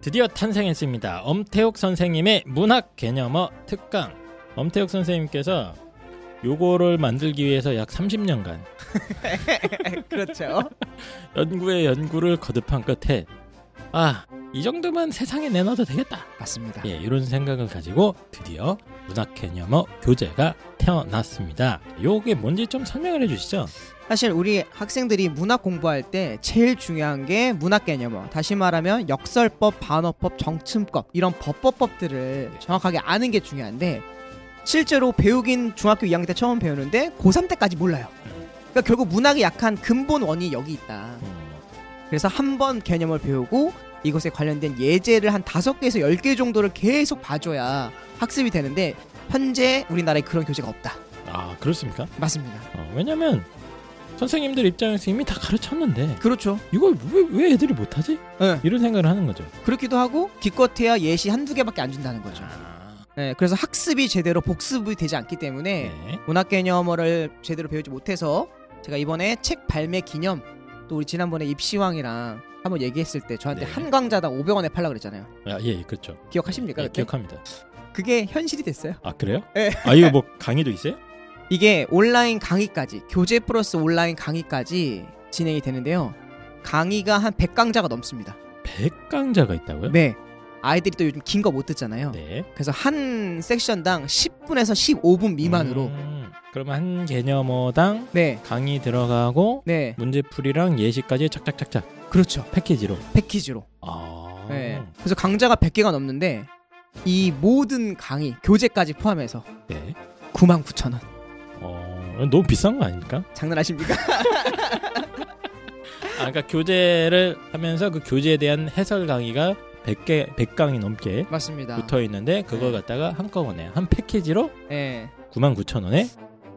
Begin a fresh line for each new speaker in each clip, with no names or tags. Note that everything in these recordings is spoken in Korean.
드디어 탄생했습니다. 엄태욱 선생님의 문학 개념어 특강. 엄태욱 선생님께서 요거를 만들기 위해서 약 30년간
그렇죠.
연구에 연구를 거듭한 끝에 아, 이 정도면 세상에 내놔도 되겠다.
맞습니다.
예, 이런 생각을 가지고 드디어 문학 개념어 교재가 태어났습니다. 요게 뭔지 좀 설명을 해 주시죠.
사실 우리 학생들이 문학 공부할 때 제일 중요한 게 문학 개념어. 다시 말하면 역설법, 반어법, 정침법 이런 법법법들을 정확하게 아는 게 중요한데 실제로 배우긴 중학교 2학년 때 처음 배우는데 고3 때까지 몰라요. 그러니까 결국 문학의 약한 근본 원인이 여기 있다.
음,
그래서 한 번 개념을 배우고 이것에 관련된 예제를 한 다섯 개에서 열 개 정도를 계속 봐줘야 학습이 되는데 현재 우리나라에 그런 교재가 없다.
아, 그렇습니까?
맞습니다.
어, 왜냐면 선생님들 입장에서 이미 다 가르쳤는데
그렇죠.
이걸 왜, 왜 애들이 못하지?
예.
이런 생각을 하는 거죠.
그렇기도 하고 기껏해야 예시 한두 개밖에 안 준다는 거죠. 네, 그래서 학습이 제대로 복습이 되지 않기 때문에
네.
문학 개념어를 제대로 배우지 못해서 제가 이번에 책 발매 기념 또 우리 지난번에 입시왕이랑 한번 얘기했을 때 저한테
네.
한 강자당 500원에 팔라 그랬잖아요.
아, 예, 예, 그렇죠.
기억하십니까?
예,
그때?
기억합니다.
그게 현실이 됐어요.
아, 그래요?
예.
아, 이거 뭐 강의도 있어요?
이게 온라인 강의까지 교재 플러스 온라인 강의까지 진행이 되는데요. 강의가 한 100강자가 넘습니다.
100강자가 있다고요?
네. 아이들이 또 요즘 긴 거 못 듣잖아요.
네.
그래서 한 섹션당 10분에서 15분 미만으로
음, 그러면 한 개념어당
네.
강의 들어가고
네.
문제풀이랑 예시까지 착착착착
그렇죠.
패키지로.
패키지로.
아.
네. 그래서 강좌가 100개가 넘는데 이 모든 강의, 교재까지 포함해서
네.
99,000원.
어, 너무 비싼 거 아닙니까?
장난하십니까?
아, 그러니까 교재를 하면서 그 교재에 대한 해설 강의가 100개 100강이 넘게
맞습니다.
붙어 있는데 그걸
네.
갖다가 한꺼번에 한 패키지로
네.
99,000원에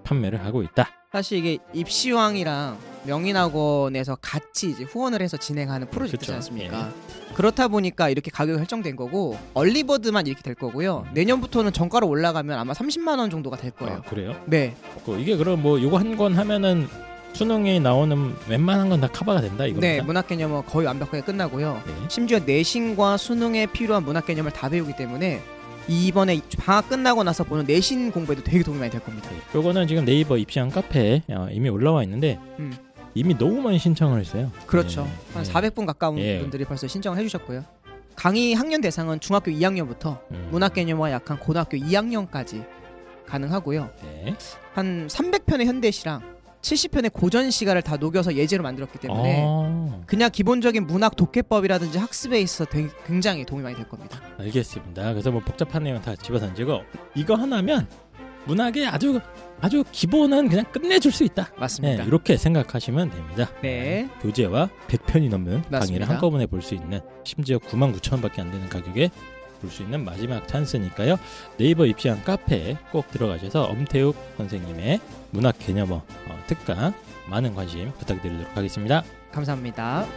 판매를 하고 있다.
사실 이게 입시왕이랑 명인학원에서 같이 이제 후원을 해서 진행하는 프로젝트지
그쵸. 예.
않습니까? 그렇다 보니까 이렇게 가격이 설정된 거고 얼리버드만 이렇게 될 거고요.
음.
내년부터는 정가로 올라가면 아마 30만 원 정도가 될
아,
거예요.
그래요?
네.
그 이게 그럼 뭐 요거 한 권 하면은 수능에 나오는 웬만한 건 다 커버가 된다 이거.
네, 문학 개념은 거의 완벽하게 끝나고요.
네.
심지어 내신과 수능에 필요한 문학 개념을 다 배우기 때문에 이번에 방학 끝나고 나서 보는 내신 공부에도 되게 도움이 많이 될 겁니다.
네. 요거는 지금 네이버 입시한 카페에 어, 이미 올라와 있는데
음.
이미 너무 많이 신청을 했어요.
그렇죠.
예,
한
예.
400분 가까운
예.
분들이 벌써 신청을 해주셨고요. 강의 학년 대상은 중학교 2학년부터
음.
문학 개념과 약한 고등학교 2학년까지 가능하고요.
네.
한 300편의 현대시랑 70편의 고전 시가를 다 녹여서 예제로 만들었기 때문에
아,
그냥 기본적인 문학 독해법이라든지 학습에 있어서 되게- 굉장히 도움이 많이 될 겁니다.
알겠습니다. 그래서 뭐 복잡한 내용 다 집어 던지고 이거 하나면 문학의 아주 아주 기본은 그냥 끝내줄 수 있다. 네,
맞습니다.
이렇게 생각하시면 됩니다.
네.
교재와 100편이 넘는 강의를
맞습니다.
한꺼번에 볼 수 있는 심지어 99,000원밖에 안 되는 가격에 볼 수 있는 마지막 찬스니까요. 네이버 입시한 카페에 꼭 들어가셔서 엄태욱 선생님의 문학 개념어 어, 특강 많은 관심 부탁드리도록 하겠습니다.
감사합니다.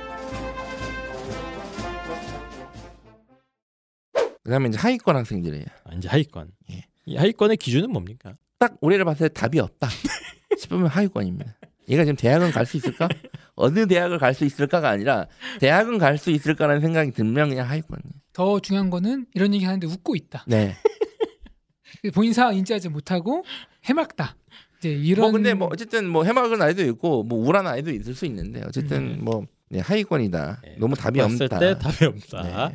그다음에 이제 하위권 학생들이에요.
아, 이제 하위권.
예.
이 하위권의 기준은 뭡니까?
딱 올해를 봤을 때 답이 없다 싶으면 하위권입니다. 얘가 지금 대학은 갈 수 있을까? 어느 대학을 갈 수 있을까가 아니라 대학은 갈 수 있을까라는 생각이 들면 그냥 하위권이에요.
더 중요한 거는 이런 얘기 하는데 웃고 있다.
네.
본인 상황 인지하지 못하고 해맑다. 이제 이런
뭐 근데 뭐 어쨌든 뭐 해맑은 아이도 있고 뭐 우울한 아이도 있을 수 있는데 어쨌든
음.
뭐 네, 하위권이다.
네,
너무 답이
봤을
없다.
때 답이 없다.
네.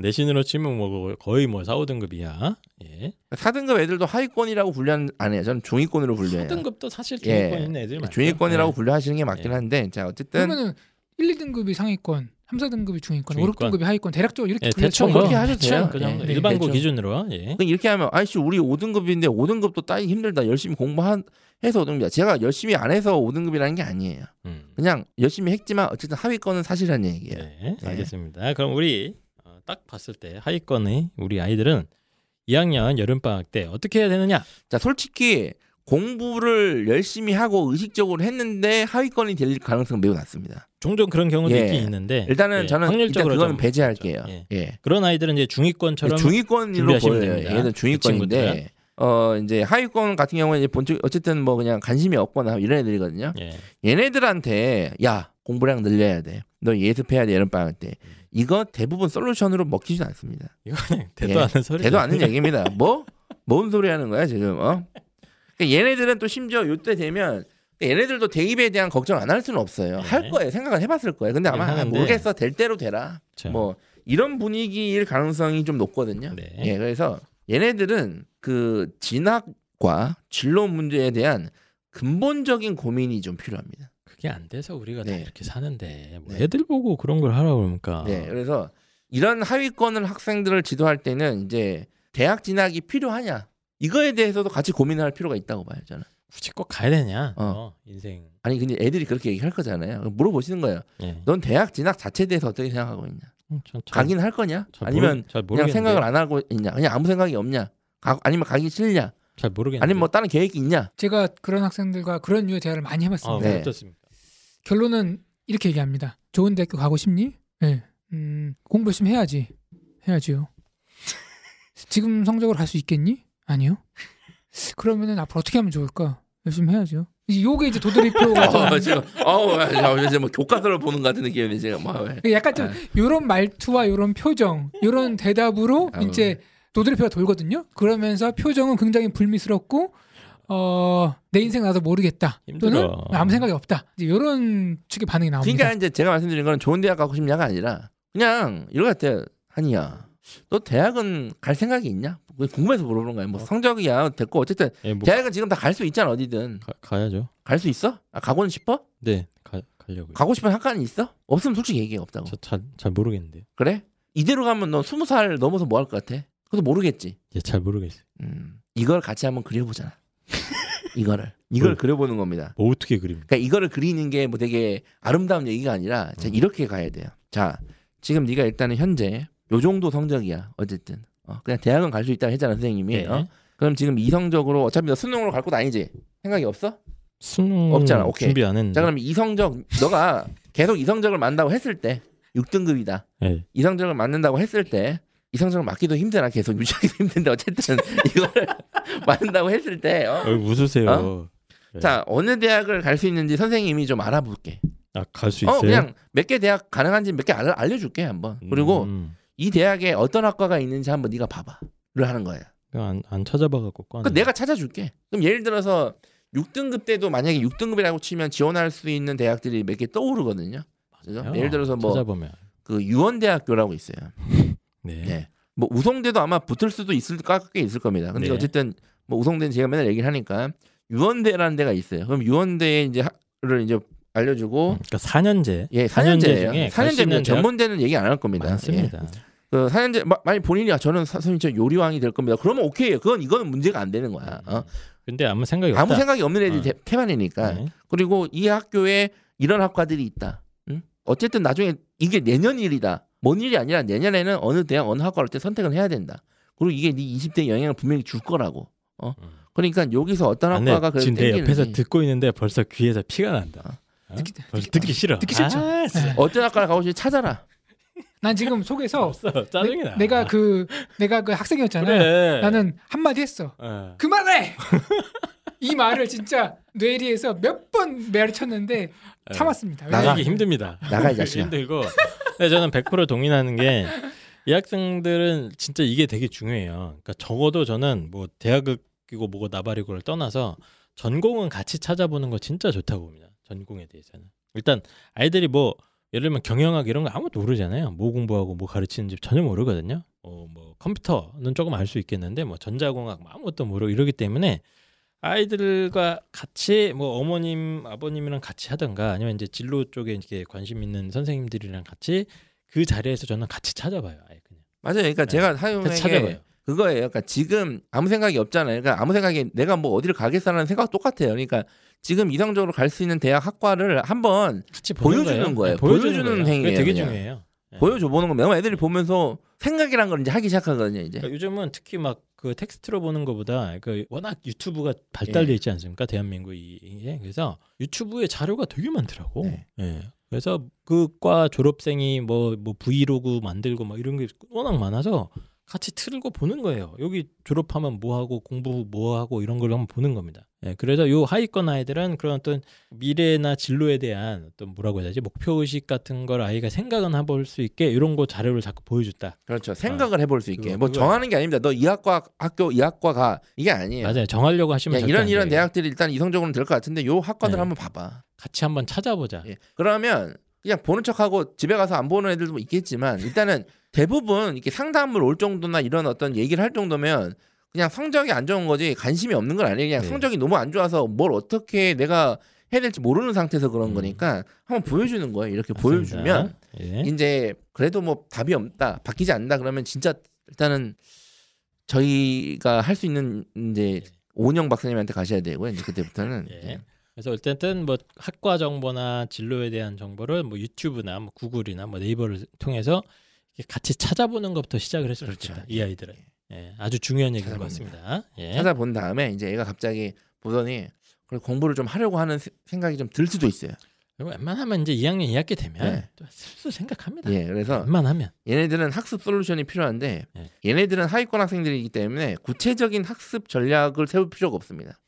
내신으로 치면 뭐 거의 뭐 4, 5등급 이야. 예.
4등급 애들도 하위권이라고 분류 안 해요. 저는 중위권으로 분류해요.
4등급도 사실
네. 예.
중위권 있는 애들 많죠.
중위권이라고
예.
분류하시는 게 맞긴 한데 자 어쨌든
그러면은 1, 2등급이 상위권, 3, 4등급이 중위권, 5,
중위권.
6등급이 하위권 대략적으로 이렇게
예,
분류
대충
그렇게
뭐,
하셔도
대충
돼요.
그 정도
예, 예,
일반고
대충.
기준으로 예.
그러니까 이렇게 하면 아이씨 우리 5등급인데 5등급도 따기 힘들다. 열심히 공부한 해서 5등급이야. 제가 열심히 안 해서 5등급이라는 게 아니에요.
음.
그냥 열심히 했지만 어쨌든 하위권은 사실이라는 얘기예요.
네,
예.
알겠습니다. 그럼 우리 어, 딱 봤을 때 하위권의 우리 아이들은 2학년 여름 방학 때 어떻게 해야 되느냐?
자 솔직히 공부를 열심히 하고 의식적으로 했는데 하위권이 될 가능성은 매우 낮습니다.
종종 그런 경우도
예.
있긴 있는데
일단은
예,
저는 일단 그거는
좀
배제할게요.
예.
예.
그런 아이들은 이제 중위권처럼
중위권으로
준비하시면
보여요.
됩니다. 그
얘는
친구들은.
중위권인데 어 이제 하위권 같은 경우에 이제 본적 어쨌든 뭐 그냥 관심이 없거나 이런 애들이거든요.
예.
얘네들한테 야 공부량 늘려야 돼. 너 예습해야 돼 여름방학 때. 이거 대부분 솔루션으로 먹히진 않습니다.
이거 그냥 대도
예.
않은 소리.
대도 않는 얘기입니다. 뭐? 뭔 소리 하는 거야 지금? 어? 그러니까 얘네들은 또 심지어 요때 되면 그러니까 얘네들도 대입에 대한 걱정 안 할 수는 없어요. 할
네.
거예요. 생각은 해봤을 거예요. 근데 아마
하는데.
모르겠어. 될 대로 되라.
그렇죠.
뭐 이런 분위기일 가능성이 좀 높거든요.
네.
예, 그래서 얘네들은 그 진학과 진로 문제에 대한 근본적인 고민이 좀 필요합니다.
그게 안 돼서 우리가 다
네.
이렇게 사는데 뭐
네.
애들 보고 그런 걸 하라고 그러니까.
네, 그래서 이런 하위권을 학생들을 지도할 때는 이제 대학 진학이 필요하냐 이거에 대해서도 같이 고민할 필요가 있다고 봐요 저는.
굳이 꼭 가야 되냐?
어.
어, 인생.
아니 근데 애들이 그렇게 얘기할 거잖아요. 물어보시는 거예요.
예.
넌 대학 진학 자체에 대해서 어떻게 생각하고 있냐?
음, 전- 전-
가긴 할 거냐?
잘 모르-
아니면
잘
그냥
모르겠는데.
생각을 안 하고 있냐? 그냥 아무 생각이 없냐? 가- 아니면 가기 싫냐?
잘 모르겠는데.
아니면 뭐 다른 계획이 있냐?
제가 그런 학생들과 그런 류의 대화를 많이
어,
해봤습니다.
네.
어떻습니까?
결론은 이렇게 얘기합니다. 좋은 대학교 가고 싶니? 네. 음, 공부 열심히 해야지. 해야지요. 지금 성적으로 갈 수 있겠니? 아니요. 그러면은 앞으로 어떻게 하면 좋을까? 열심히 해야죠. 이제 요게 이제 도돌이표가
어,
좀
지금 어우 야, 이제 뭐 교과서를 보는 것 같은 느낌이네 지금. 뭐, 왜.
그러니까 약간 좀
아.
요런 말투와 요런 표정, 요런 대답으로
아우.
이제 도돌이표가 돌거든요. 그러면서 표정은 굉장히 불미스럽고 어, 내 인생 나도 모르겠다. 또는
힘들어.
아무 생각이 없다. 이제 요런 측의 반응이 나옵니다.
그러니까 이제 제가 말씀드린 거는 좋은 대학 가고 싶냐가 아니라 그냥 이거 같아 한이야. 너 대학은 갈 생각이 있냐? 그거 궁금해서 물어보는 거야. 뭐 성적이야 됐고 어쨌든
예, 뭐
대학은 지금 다 갈 수 있잖아 어디든
가, 가야죠.
갈 수 있어? 아, 가고는 싶어?
네, 가, 가려고요.
가고 싶은 학과는 있어? 없으면 솔직히 얘기해 없다고.
저잘잘 모르겠는데.
그래? 이대로 가면 너 스무 살 넘어서 뭐 할 것 같아? 그것도 모르겠지.
예, 잘 모르겠어요.
음, 이걸 같이 한번 그려보잖아. 이거를 이걸
뭘?
그려보는 겁니다.
뭐 어떻게 그립니까?
그러니까 이거를 그리는 게 뭐 되게 아름다운 얘기가 아니라 자,
음.
이렇게 가야 돼요. 자, 지금 네가 일단은 현재 요 정도 성적이야. 어쨌든 어, 그냥 대학은 갈 수 있다 했잖아 선생님이.
네.
어? 그럼 지금 이성적으로 어차피 너 수능으로 갈 곳 아니지? 생각이 없어?
음. 수능
없잖아, 오케이.
준비 안 했는데.
자, 그럼 이성적 너가 계속 이성적을 만다고 했을 때 6등급이다.
예.
이성적을 맞는다고 했을 때 이성적을 맞기도 힘드나 계속 유지하기도 힘든데 어쨌든 이거를 맞는다고 했을 때 어?
어, 웃으세요.
어?
예.
자 어느 대학을 갈 수 있는지 선생님이 좀 알아볼게.
아, 갈 수 있어요?
어 그냥 몇 개 대학 가능한지 몇 개 알려줄게 한번. 그리고
음,
이 대학에 어떤 학과가 있는지 한번 네가 봐봐를 하는 거야.
그냥 안, 안 찾아봐 갖고 꺼내.
그러니까 내가 찾아줄게. 그럼 예를 들어서 6등급 때도 만약에 6등급이라고 치면 지원할 수 있는 대학들이 몇 개 떠오르거든요. 그죠?
맞아요.
예를 들어서 뭐 그
찾아보면
유원대학교라고 있어요.
네.
네. 뭐 우성대도 아마 붙을 수도 있을 깎게 있을 겁니다. 근데
네.
어쨌든 뭐 우성대는 제가 맨날 얘기를 하니까 유원대라는 데가 있어요. 그럼 유원대에 이제를 이제 알려주고
음, 그러니까 4년제
예,
사년제
4년제예요.
중에 갈수
4년제입니다.
있는 대학
전문대는 얘기 안 할 겁니다. 예.
많습니다.
그 4년제 마, 만약 본인이 아, 저는 사- 선생님 저 요리왕이 될 겁니다. 그러면 오케이예요. 그건 이거는 문제가 안 되는 거야. 어?
음. 근데 아무 생각이 없다.
아무 생각이 아, 없는 애들이
어.
태- 태반이니까.
네.
그리고 이 학교에 이런 학과들이 있다. 응? 어쨌든 나중에 이게 내년 일이다. 먼 일이 아니라 내년에는 어느 대학 어느 학과를 때 선택을 해야 된다. 그리고 이게 네 20대 영향을 분명히 줄 거라고. 어?
음.
그러니까 여기서 어떤
아, 네.
학과가 그래도
지금 내 옆에서
땡기는지
듣고 있는데 벌써 귀에서 피가 난다. 어?
듣기-
벌써
듣기-
듣기 싫어.
듣기 싫죠.
아, 진짜.
어떤 학과를 가고 싶지 찾아라.
네. 난 지금 속에서
없어. 짜증이 나.
네. 내가 그 내가 그 학생이었잖아.
그래.
나는 한마디 했어.
예.
어.
그만해. 이 말을 진짜 뇌리에서 몇 번 매를 쳤는데 참았습니다.
예. 나가.
이게 힘듭니다.
나가, 이 자식아.
힘들고. 근데 저는 100% 동의하는 게 이 학생들은 진짜 이게 되게 중요해요. 그러니까 적어도 저는 뭐 대학이고 뭐고 나발이고를 떠나서 전공은 같이 찾아보는 거 진짜 좋다고 봅니다. 전공에 대해서는 일단 아이들이 뭐 예를 들면 경영학 이런 거 아무도 모르잖아요. 뭐 공부하고 뭐 가르치는지 전혀 모르거든요. 어, 뭐 컴퓨터는 조금 알 수 있겠는데 뭐 전자공학 뭐 아무것도 모르고 이러기 때문에 아이들과 같이 뭐 어머님 아버님이랑 같이 하던가 아니면 이제 진로 쪽에 이렇게 관심 있는 선생님들이랑 같이 그 자리에서 저는 같이 찾아봐요. 아예 그냥
맞아요. 그러니까
네.
제가 사용에
같이 찾아봐요.
그거예요. 그러니까 지금 아무 생각이 없잖아요. 그러니까 아무 생각이 내가 뭐 어디를 가겠다는 생각 똑같아요. 그러니까 지금 이성적으로 갈 수 있는 대학 학과를 한번
같이 보는
보여주는 거예요.
네, 보여주는,
보여주는
거예요. 그게
행위예요,
되게
그냥.
중요해요. 네.
보여줘 보는 겁니다. 그럼 애들이 보면서 생각이란 걸 이제 하기 시작하거든요. 이제
그러니까 요즘은 특히 막 그 텍스트로 보는 것보다 그 워낙 유튜브가 발달돼
예.
있지 않습니까? 대한민국 이게 그래서 유튜브에 자료가 되게 많더라고.
네.
예. 그래서 그과 졸업생이 뭐 뭐 브이로그 만들고 막 이런 게 워낙 많아서 같이 틀고 보는 거예요. 여기 졸업하면 뭐 하고 공부 뭐 하고 이런 걸 한번 보는 겁니다. 예, 그래서 요 하위권 아이들은 그런 어떤 미래나 진로에 대한 어떤 뭐라고 해야 되지 목표 의식 같은 걸 아이가 생각은 해볼 수 있게 이런 거 자료를 자꾸 보여줬다.
그렇죠. 생각을 해볼 수 있게.
아, 그거,
뭐
그거야.
정하는 게 아닙니다. 너 이 학과 학교 이 학과 가 이게 아니에요.
맞아요. 정하려고 하시면
예. 야,
절대
이런
안
이런
돼요.
대학들이 일단 이성적으로는 될 것 같은데 요 학과들
네.
한번 봐봐.
같이 한번 찾아보자.
예. 그러면 그냥 보는 척하고 집에 가서 안 보는 애들도 뭐 있겠지만 일단은 대부분 이렇게 상담을 올 정도나 이런 어떤 얘기를 할 정도면 그냥 성적이 안 좋은 거지 관심이 없는 건 아니에요. 그냥
네.
성적이 너무 안 좋아서 뭘 어떻게 내가 해야 될지 모르는 상태에서 그런
음.
거니까 한번 보여주는 거예요. 이렇게
맞습니다.
보여주면
예.
이제 그래도 뭐 답이 없다 바뀌지 않는다 그러면 진짜 일단은 저희가 할 수 있는 이제 오은영 박사님한테 가셔야 되고요 이제 그때부터는
예. 그래서 어쨌든 뭐 학과 정보나 진로에 대한 정보를 뭐 유튜브나 뭐 구글이나 뭐 네이버를 통해서 이렇게 같이 찾아보는 것부터 시작을 했으면
그렇죠.
좋겠다. 이 아이들은 예, 아주 중요한 얘기인 것
찾아봅니다.
같습니다. 예.
찾아본 다음에 이제 애가 갑자기 보더니 그래 공부를 좀 하려고 하는 세- 생각이 좀 들 수도 있어요
그리고 웬만하면 이제 2학년 2학기 되면
네.
또 슬슬 생각합니다.
예 그래서
웬만하면
얘네들은 학습 솔루션이 필요한데
예.
얘네들은 하위권 학생들이기 때문에 구체적인 학습 전략을 세울 필요가 없습니다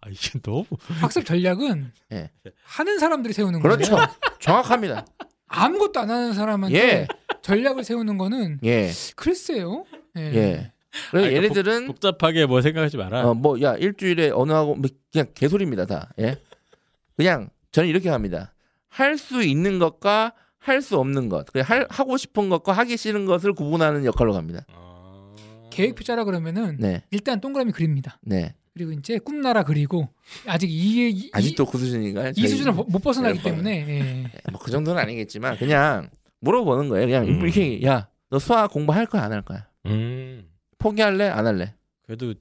아 이게 너무
학습 전략은
예.
하는 사람들이
음,
세우는 거예요.
그렇죠 정확합니다
아무것도 안 하는 사람한테
예
전략을 세우는 거는
예,
글쎄요. 예.
예. 그래서
네. 아, 그러니까
얘네들은
복잡하게 뭐 생각하지 마라.
어, 뭐, 야, 일주일에 어느 하고, 뭐 그냥 개소리입니다, 다. 예? 그냥, 저는 이렇게 합니다. 할 수 있는 것과 할 수 없는 것. 그래, 할, 하고 싶은 것과 하기 싫은 것을 구분하는 역할로 갑니다.
어...
계획표 짜라 그러면은
네,
일단 동그라미 그립니다.
네.
그리고 이제 꿈나라 그리고 아직 이게 이,
아직도 그 수준인가요?
이, 뭐 이
저희-
수준을 못- 못 벗어나기
저희
때문에 예.
예, 뭐그 정도는 아니겠지만, 그냥 물어보는 거예요. 그냥
음.
이렇게, 야, 너 수학 공부할 거야, 안 할 거야?
음.
포기할래? 안 할래?
그래도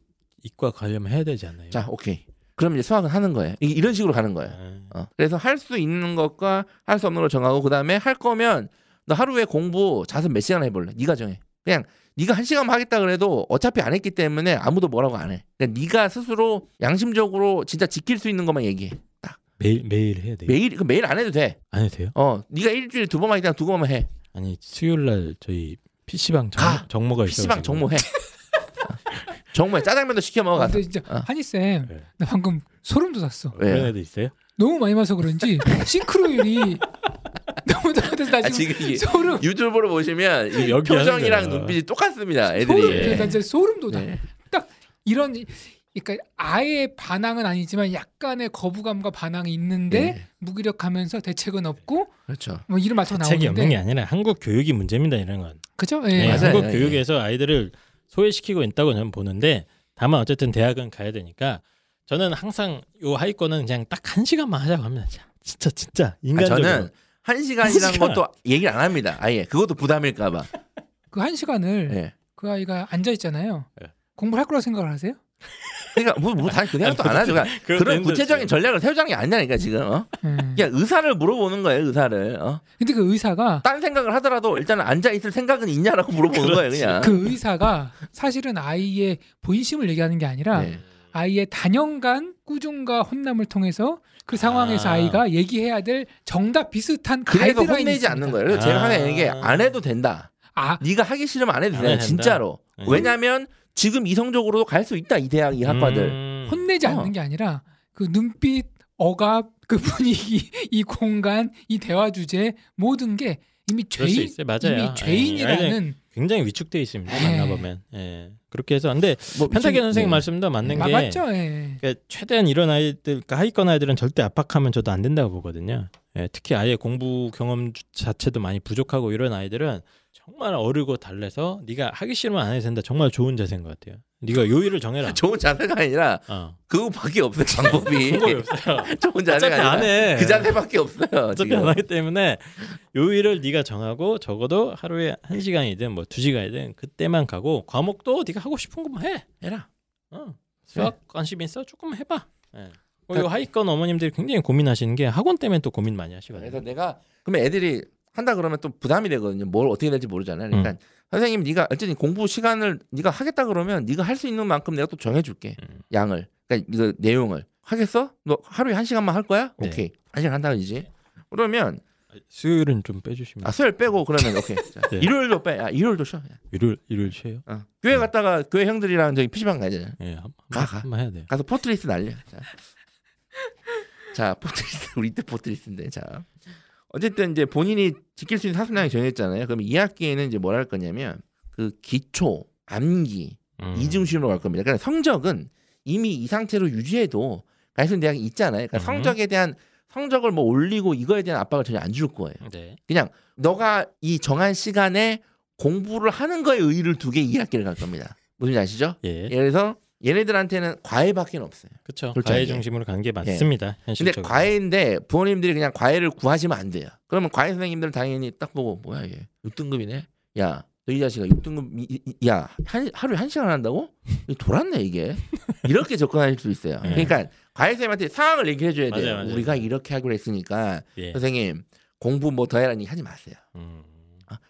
이과 가려면 해야 되지
예.
않나요?
자, 오케이. 그럼 이제 수학은 하는 거예요. 이- 이런 식으로 가는 거예요.
아,
어. 그래서 할 수 있는 것과 할 수 없는 걸 정하고 그다음에 할 거면 너 하루에 공부 자습 몇 시간 해볼래? 네가 정해. 그냥 네가 한 시간만 하겠다 그래도 어차피 안 했기 때문에 아무도 뭐라고 안 해. 그냥 네가 스스로 양심적으로 진짜 지킬 수 있는 것만 얘기해.
예.
매일 매일 해야 돼요.
매일 그 매일 안 해도 돼.
안 해도 돼요?
어, 네가 일주일에 두 번만 있다가 두 번만 해.
아니 수요일 날 저희 PC방 정,
가!
정모가 있어요.
PC방 정모해. 정모해. 짜장면도 시켜 먹어
아,
가서.
근데 진짜
어.
한희 쌤,
네.
나 방금 소름 돋았어.
그런
왜요?
애도 있어요?
너무 많이 마서 그런지 싱크로율이 너무 낮아서 나
아,
지금
지금 이게
소름
유튜브로 보시면 이
여기 하는
표정이랑
거야.
눈빛이 똑같습니다.
소름
애들이. 예.
돋아. 진짜 소름 돋아.
네.
이런 그러니까 아예 반항은 아니지만 약간의 거부감과 반항이 있는데
네.
무기력하면서 대책은 없고
그렇죠.
뭐 이름 맞춰
책이 없는 게
나오는데
아니라 한국 교육이 문제입니다 이런 건.
그죠?
네,
예.
맞아요.
한국
예,
교육에서 아이들을 소외시키고 있다고 저는 보는데 다만 어쨌든 대학은 가야 되니까 저는 항상 요 하위권은 그냥 딱 한 시간만 하자고 합니다. 자, 진짜 진짜
아,
인간적으로.
저는 한
한
시간이라는
시간.
것도 얘기를 안 합니다. 아예 그것도 부담일까봐.
그한 시간을
네.
예.
그 아이가 앉아 있잖아요.
예.
공부를 할 거라고 생각을 하세요?
그러니까 뭐뭐다 그냥 또안 하죠. 그러니까
그런
그런
애들
구체적인
있어요.
전략을 세우자는 게 아니라니까 지금. 어?
예.
그냥 의사를 물어보는 거예요. 의사를. 어?
근데 그 의사가
딴 생각을 하더라도 일단 앉아 있을 생각은 있냐라고 물어보는 거예요. 그냥.
그 의사가 사실은 아이의 본심을 얘기하는 게 아니라
네.
아이의 단연간 꾸중과 혼남을 통해서 그 상황에서
아.
아. 이가 얘기해야 될 정답 비슷한
그래서
가이드라인이
혼내지
있습니다.
않는 거예요. 그래서 제가
아.
하는 얘기 안 해도 된다.
아,
네가 하기 싫으면 안 해도
안
된다.
해도 된다.
진짜로.
네.
왜냐하면 지금 이성적으로도 갈 수 있다. 이 대학 이 학과들.
음.
혼내지
어.
않는 게 아니라 그 눈빛, 어갑, 그 분위기, 이 공간, 이 대화 주제 모든 게 이미
그럴 수
죄인
있어요. 맞아요.
이미
예, 아니,
죄인이라는
굉장히 위축돼 있습니다.
예.
만나보면 예. 그렇게 해서 근데
뭐
펜타겐
지금-
선생님
네.
말씀도 맞는
아,
게
맞죠? 예.
그러니까 최대한 이런 아이들 그러니까 하위권 아이들은 절대 압박하면 저도 안 된다고 보거든요. 예, 특히 아예 공부 경험 주- 자체도 많이 부족하고 이런 아이들은 정말 어르고 달래서 네가 하기 싫으면 안 해도 된다. 정말 좋은 자세인 것 같아요. 네가 요일을 정해라.
좋은 자세가 아니라
어.
그거밖에 없어요. 방법이.
그거예요. 없어요.
좋은
어차피
자세가 아니라.
안 해.
그 자세밖에 없어요.
어차피
지금.
안 하기 때문에 요일을 네가 정하고 적어도 하루에 한 시간이든 뭐 두 시간이든 그때만 가고 과목도 네가 하고 싶은 것만 해. 해라. 어. 수학 관심 있어? 조금 해봐. 예. 어, 요 하위권 어머님들이 굉장히 고민하시는 게 학원 때문에 또 고민 많이
그래서
하시거든요.
내가 그러면 애들이 한다 그러면 또 부담이 되거든요. 뭘 어떻게 될지 모르잖아요. 그러니까
음.
선생님 네가 어쨌든 공부 시간을 네가 하겠다 그러면 네가 할 수 있는 만큼 내가 또 정해줄게
음.
양을 그러니까 이거 내용을 하겠어? 너 하루에 한 시간만 할 거야?
네.
오케이 한 시간 한다 그러지. 그러면
수요일은 좀 빼주시면
아 수요일 빼고 그러면 오케이. 자,
네.
일요일도 빼. 아 일요일도 쉬어.
일요일 일요일 쉬어요.
어.
네.
교회 갔다가 교회 형들이랑 저기 PC방 가잖아.
예, 한-
가,
한-
가.
한번 해야 돼요.
가서 포트리스 날려. 자, 자 포트리스 우리 때 포트리스인데 자 어쨌든 이제 본인이 지킬 수 있는 사수량이 정해졌잖아요. 그럼 2학기에는 이제 뭘 할 거냐면 그 기초, 암기,
음.
이중심으로 갈 겁니다. 그러니까 성적은 이미 이 상태로 유지해도 가르치는 대학이 있잖아요. 그러니까
음.
성적에 대한 성적을 뭐 올리고 이거에 대한 압박을 전혀 안 줄 거예요.
네.
그냥 너가 이 정한 시간에 공부를 하는 거에 의의를 두게 2학기를 갈 겁니다. 무슨 지 아시죠?
예.
예를 들어서 얘네들한테는 과외밖에 없어요.
그렇죠.
그렇죠,
과외
예.
중심으로 간 게 맞습니다.
근데
현실적으로.
과외인데 부모님들이 그냥 과외를 구하시면 안 돼요. 그러면 과외 선생님들은 당연히 딱 보고 뭐야 얘 6등급이네. 야 너 이 자식아 6등급 이- 이- 야 한- 하루에 한 시간 한다고? 이거 돌았네 이게. 이렇게 접근하실 수 있어요.
네.
그러니까 과외 선생님한테 상황을 얘기해 줘야 돼요.
맞아요, 맞아요.
우리가 이렇게 하기로 했으니까
예.
선생님 공부 뭐 더 해라니 하지 마세요.
음.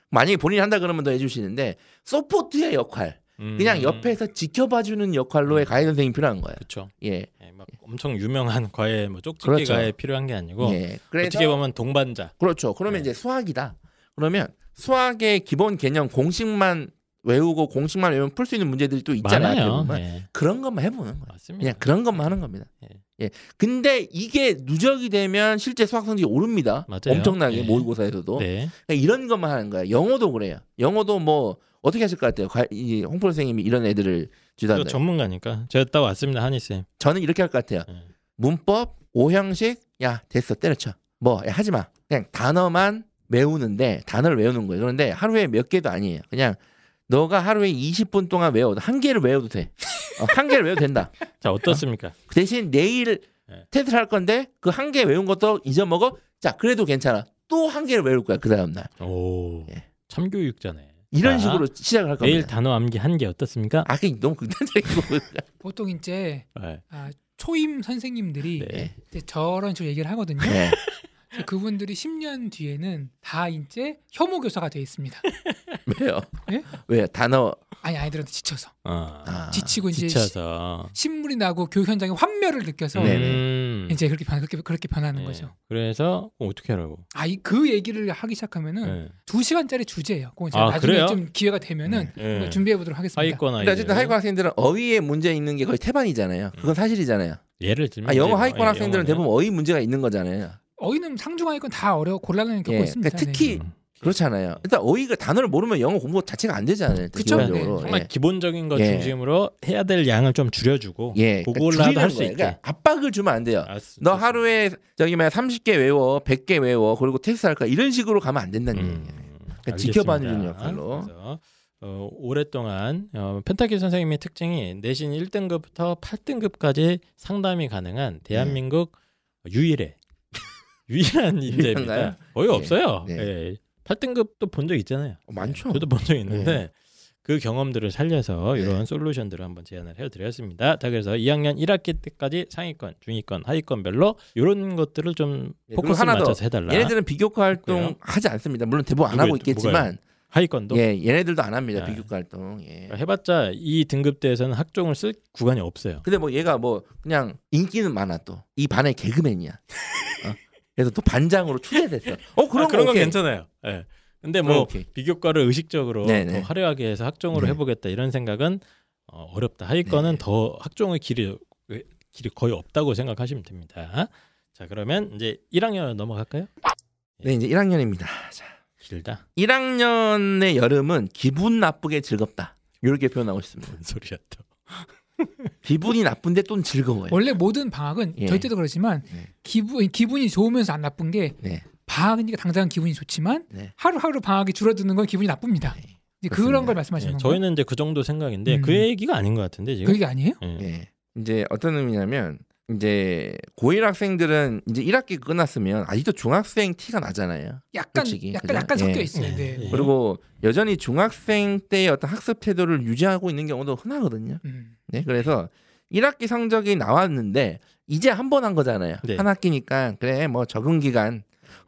만약에 본인이 한다 그러면 더 해주시는데 서포트의 역할 그냥 옆에서 지켜봐주는 역할로의
음.
과외 선생님이 필요한 거예요.
그렇죠.
예.
예, 막 엄청 유명한 과외 뭐 쪽집게
그렇죠.
과외 필요한 게 아니고
예. 그래서
어떻게 보면 동반자.
그렇죠.
네.
그러면 이제 수학이다. 그러면 수학의 기본 개념 공식만 외우고 공식만 외우면 풀 수 있는 문제들이 또 있잖아요.
많아요. 음.
대부분.
예.
그런 것만 해보는 거예요.
맞습니다.
그냥 그런 것만 하는 겁니다.
예.
예. 근데 이게 누적이 되면 실제 수학 성적이 오릅니다.
맞아요.
엄청나게
예.
모의고사에서도
네.
그러니까 이런 것만 하는 거예요. 영어도 그래요. 영어도 뭐 어떻게 하실 것 같아요? 과- 이 홍표 선생님이 이런 애들을
저
지도한다.
그렇죠. 전문가니까 제가 따 왔습니다, 한희 쌤.
저는 이렇게 할 것 같아요.
예.
문법, 오형식, 야 됐어 때려쳐. 뭐 야, 하지 마. 그냥 단어만 외우는데 단어를 외우는 거예요. 그런데 하루에 몇 개도 아니에요. 그냥 너가 하루에 20분 동안 외워도 한 개를 외워도 돼. 어, 한 개를 외워도 된다.
자 어떻습니까?
그 대신 내일
네.
테스트를 할 건데 그 한 개 외운 것도 잊어먹어. 자 그래도 괜찮아. 또 한 개를 외울 거야 그 다음 날.
오
예.
참교육자네.
이런
자,
식으로 시작을 할 겁니다.
매일 단어 암기 한 개 어떻습니까?
아, 그게 너무 극단적이고.
보통 이제
네.
아, 초임 선생님들이
네.
네.
이제 저런 식으로 얘기를 하거든요.
네.
그분들이 10년 뒤에는 다 이제 혐오 교사가 되어 있습니다.
왜요?
예?
왜요? 단어
아니 아이들한테 지쳐서
어.
아,
지치고 이제 시-
지쳐서.
신문이 나고 교육 현장의 환멸을 느껴서
네. 네네.
음.
이제 그렇게 변, 그렇게 그렇게 변하는
예.
거죠.
그래서 그럼 어떻게 하라고?
아이그 얘기를 하기 시작하면은
예.
두 시간짜리 주제예요. 그건 제가
아,
나중에
그래요?
좀 기회가 되면은
예.
뭐 준비해 보도록 하겠습니다.
하위권 아이.
근데 그러니까 어쨌든 하위권 학생들은 어휘에 문제 있는 게 거의 태반이잖아요. 그건 사실이잖아요.
예를 들면
아,
이제
영어
뭐,
하위권
예,
학생들은
음. 영어는-
대부분 어휘 문제가 있는 거잖아요.
어휘는 상중 하위권 다 어려 곤란을 겪고
예.
있습니다.
그러니까 특히
음.
그렇잖아요. 일단 어휘가 단어를 모르면 영어 공부 자체가 안 되잖아요.
그쵸, 네.
기본적으로.
정말
예.
기본적인 것
예.
중심으로 해야 될 양을 좀 줄여주고
예,
그걸로 하도
줄이는
할 수
거예요.
있게.
그러니까 압박을 주면 안 돼요.
아, 스-
너
좋습니다.
하루에 저기 막 30개 외워, 100개 외워, 그리고 테스트 할 거야. 이런 식으로 가면 안 된다는
음,
얘기예요. 그러니까
알겠습니다.
지켜봐주는 역할로.
그래서, 어, 오랫동안 어, 펜타키 선생님의 특징이 내신 1등급부터 8등급까지 상담이
네.
가능한 대한민국 유일의 유일한 인재입니다.
유일한가요?
거의
예,
없어요.
네.
예. 8등급도 본 적 있잖아요.
어, 많죠. 네.
저도 본 적 있는데 그 경험들을 살려서 이런 솔루션들을 한번 제안을 해드렸습니다. 자 그래서 2학년 1학기 때까지 상위권, 중위권, 하위권별로 이런 것들을 좀
예,
포커스
그리고 하나 더.
맞춰서 해달라.
얘네들은 비교과 활동
그래요?
하지 않습니다. 물론 대부분 안
누구예요?
하고 있겠지만,
하위권도
예, 얘네들도 안 합니다.
아.
비교과 활동. 예.
해봤자 이 등급대에서는 학종을 쓸 구간이 없어요.
근데 뭐 얘가 뭐 그냥 인기는 많아 또 이 반의 개그맨이야. 어? 그래서 또 반장으로 초대됐어. 어 그런
아, 그런
거
건
오케이.
괜찮아요. 예. 근데
그런 거
뭐
오케이.
비교과를 의식적으로
네, 네.
더 화려하게 해서 학종으로
네.
해보겠다 이런 생각은 어, 어렵다. 하위권은
네.
더 학종의 길이 길이 거의 없다고 생각하시면 됩니다. 자 그러면 이제 1학년 넘어갈까요?
네 이제 1학년입니다.
길다.
1학년의 여름은 기분 나쁘게 즐겁다. 이렇게 표현하고 싶습니다.
뭔 소리야 또.
기분이 나쁜데 또 즐거워요.
네.
어?
원래 모든 방학은
예.
저희 때도 그렇지만
네.
기분 기분이 좋으면서 안 나쁜 게
네.
방학이니까 당장 기분이 좋지만
네.
하루하루 방학이 줄어드는 건 기분이 나쁩니다.
네.
이제
그렇습니다.
그런 걸
예,
말씀하시는 건가요?
저희는 이제 그 정도 생각인데
음.
그 얘기가 아닌 것 같은데 지금.
그 얘기 아니에요?
예.
예. 이제 어떤 의미냐면 이제 고1 학생들은 이제 1학기 끝났으면 아직도 중학생 티가 나잖아요.
약간
솔직히,
약간
그죠?
약간 섞여
예.
있어요. 네.
예.
그리고 여전히 중학생 때의 어떤 학습 태도를 유지하고 있는 경우도 흔하거든요.
음.
네, 그래서 1학기 성적이 나왔는데 이제 한 번 한 거잖아요.
네.
한 학기니까 그래 뭐 적응 기간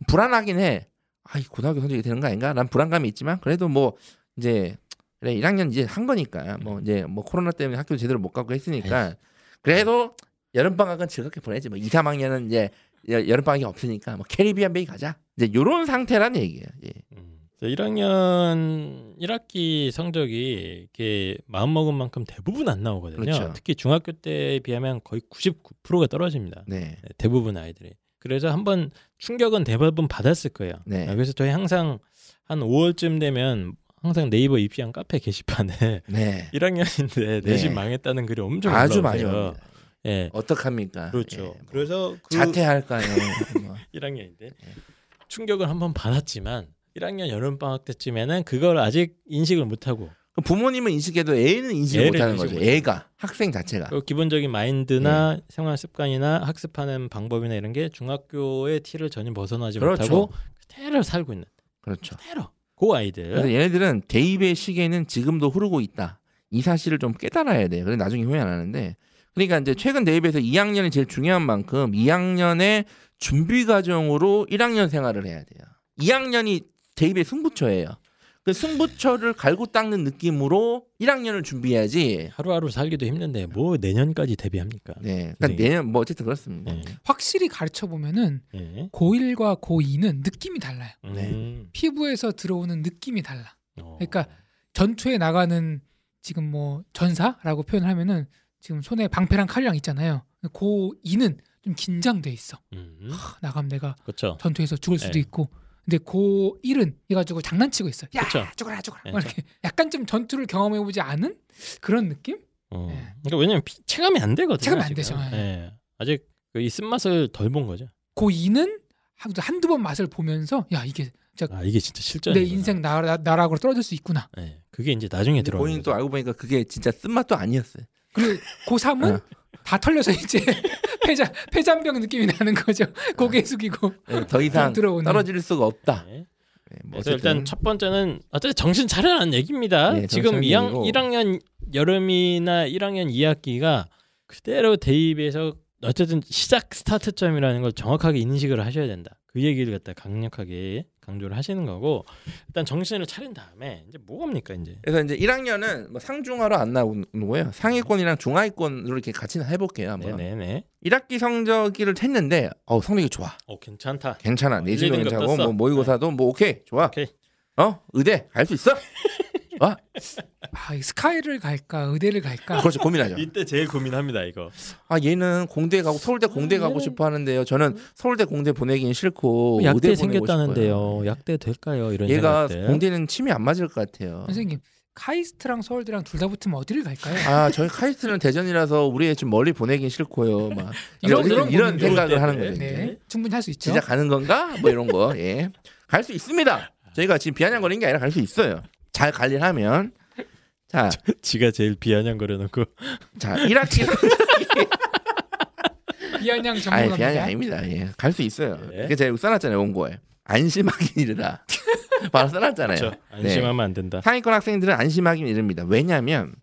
불안하긴 해. 아, 이 고등학교 성적이 되는 거 아닌가? 난 불안감이 있지만 그래도 뭐 이제 그래 1학년 이제 한 거니까 뭐 이제 뭐 코로나 때문에
네.
학교 제대로 못 가고 했으니까 그래도 여름 방학은 즐겁게 보내지 뭐 2, 3학년은 이제 여름 방학이 없으니까 뭐 캐리비안 베이 가자. 이제 요런 상태란 얘기예요. 예.
음. 그래서 1학년 1학기 성적이 이렇게 마음 먹은 만큼 대부분 안 나오거든요.
그렇죠.
특히 중학교 때에 비하면 거의 99%가 떨어집니다.
네.
네, 대부분 아이들이. 그래서 한번 충격은 대부분 받았을 거예요.
네.
아, 그래서 저희 항상 한 5월쯤 되면 항상 네이버 입시한 카페 게시판에
네.
1학년인데
네.
내신 망했다는 글이 엄청
아주 많이
올라오세요.
옵니다.
예.
어떡합니까?
그렇죠.
예, 뭐
그래서 그
자퇴할까요? 뭐.
1학년인데
네.
충격을 한번 받았지만 1학년 여름 방학 때쯤에는 그걸 아직 인식을 못 하고
그럼 부모님은 인식해도 애는 인식을
애를
못하는
인식을
거죠.
못해요.
애가 학생
아.
자체가.
그 기본적인
네.
마인드나 생활 습관이나 학습하는 방법이나 이런 게 중학교의 티를 전혀 벗어나지
그렇죠.
못하고 그대로 살고 있는
그렇죠.
그대로 그
그래서
아이들
얘네들은 대입의 시계는 지금도 흐르고 있다. 이 사실을 좀 깨달아야 돼. 그래 나중에 후회 안 하는데. 그러니까 이제 최근 대입에서 2학년이 제일 중요한 만큼 2학년의 준비 과정으로 1학년 생활을 해야 돼요. 2학년이 대입의 승부처예요. 그 승부처를 갈고 닦는 느낌으로 1학년을 준비해야지.
하루하루 살기도 힘든데 뭐 내년까지 대비합니까?
네. 그러니까
네.
내년 뭐 어쨌든 그렇습니다.
네.
확실히 가르쳐 보면은
예.
고1과 고2는 느낌이 달라요.
네.
음.
피부에서 들어오는 느낌이 달라.
어.
그러니까 전초에 나가는 지금 뭐 전사라고 표현하면은 지금 손에 방패랑 칼이랑 있잖아요. 고2는 좀 긴장돼 있어.
음.
아, 나가면 내가
그렇죠.
전투에서 죽을 수도
예.
있고. 근데 고1은 해가지고 장난치고 있어. 야
그쵸.
죽어라 죽어라.
네.
예.
막 이렇게 약간 좀 전투를 경험해보지 않은 그런 느낌?
어.
예.
그러니까 왜냐면 피- 체감이 안 되거든요.
체감이 안
아직은.
되죠. 예.
예. 아직 그이 쓴맛을 덜 본 거죠.
고2는 한두 번 맛을 보면서 야 이게
아 이게 진짜 실전.
내 인생 나락, 나락으로 떨어질 수 있구나.
예. 그게 이제 나중에
근데
들어오는
본인 또
거죠.
알고 보니까 그게 진짜 쓴맛도 아니었어요.
그리고
네.
고3은 다 털려서 이제 폐자 폐잔병 느낌이 나는 거죠. 고개 숙이고
네, 더 이상
들어오는.
떨어질 수가 없다.
예.
네, 뭐
그래서
어쨌든.
일단 첫 번째는 어쨌든 정신 차려라는 얘기입니다.
예, 정신
지금
차리는
2학,
얘기고.
1학년 여름이나 1학년 2학기가 그대로 대입에서 어쨌든 시작 스타트점이라는 걸 정확하게 인식을 하셔야 된다. 그 얘기를 갖다 강력하게 강조를 하시는 거고 일단 정신을 차린 다음에 이제 뭐합니까 이제
그래서 이제 1학년은 뭐 상중하로 안 나오는 거예요. 상위권이랑 중하위권으로 이렇게 같이 해볼게요. 한번.
네네네.
1학기 성적을 했는데 어 성적이 좋아.
어 괜찮다.
괜찮아.
어,
내신도
일등급
괜찮고
떴어.
뭐 모의고사도 뭐 오케이 좋아.
오케이.
어 의대 갈 수 있어?
아이 스카이를 갈까 의대를 갈까
그렇죠 고민하죠.
이때 제일 고민합니다 이거.
아 얘는 공대 가고 서울대 공대 가고 싶어 하는데요. 저는 서울대 공대 보내긴 싫고 의대
음. 뭐 약대
보내고
생겼다는데요.
싶어요.
약대 될까요? 이런
얘가
생각들.
공대는 침이 안 맞을 것 같아요.
선생님 카이스트랑 서울대랑 둘 다 붙으면 어디를 갈까요?
아 저희 카이스트는 대전이라서 우리 애 좀 멀리 보내긴 싫고요. 막 이런 이런,
이런- 이런
이런
고민도
생각을 하는
때문에.
거죠.
네.
이제.
네 충분히 할 수 있죠.
진짜 가는 건가? 뭐 이런 거. 예. 갈 수 있습니다. 저희가 지금 비아냥거리는 게 아니라 갈 수 있어요. 잘 관리하면. 자,
지가 제일 비아냥거려놓고
자, 1학기
비아냥
아니, 비아냥
전문가입니다.
아닙니다. 예. 갈 수 있어요.
예.
그게 제가 써놨잖아요, 원고에. 안심하기 이르다. 바로 써놨잖아요.
그렇죠. 안심하면 안 된다.
상위권 학생들은 안심하기 이릅니다. 왜냐하면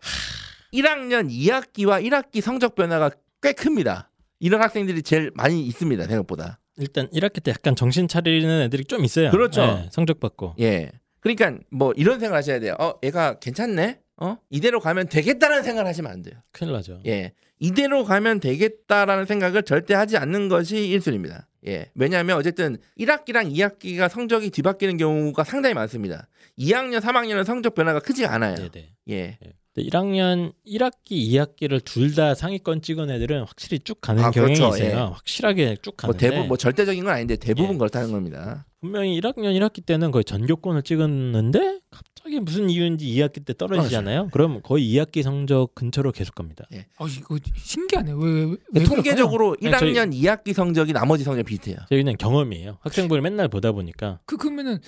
1학년 2학기와 1학기 성적 변화가 꽤 큽니다. 이런 학생들이 제일 많이 있습니다, 생각보다.
일단 1학기 때 약간 정신 차리는 애들이 좀 있어요.
그렇죠.
예, 성적 받고.
예. 그러니까 뭐 이런 생각을 하셔야 돼요. 어, 얘가 괜찮네. 어, 이대로 가면 되겠다라는 생각을 하시면 안 돼요.
큰일 나죠.
예. 이대로 가면 되겠다라는 생각을 절대 하지 않는 것이 1순위입니다. 예. 왜냐하면 어쨌든 1학기랑 2학기가 성적이 뒤바뀌는 경우가 상당히 많습니다. 2학년, 3학년은 성적 변화가 크지 않아요.
네네.
예.
근데 1학년 1학기, 2학기를 둘 다 상위권 찍은 애들은 확실히 쭉 가는
아,
경향이
그렇죠.
있어요.
예.
확실하게 쭉
뭐
가는데
대부분 뭐 절대적인 건 아닌데 대부분
예.
그렇다는 겁니다.
분명히 1학년 1학기 때는 거의 전교권을 찍었는데 갑자기 무슨 이유인지 2학기 때 떨어지잖아요. 그럼 거의 2학기 성적 근처로 계속 갑니다.
어 이거 신기하네. 왜왜 왜, 왜
통계적으로
아니, 저희-
1학년, 2학기 성적이 나머지 성적 비슷해요.
저희 그냥 경험이에요. 학생부를 맨날 보다 보니까
그럴까요? 그 그러면은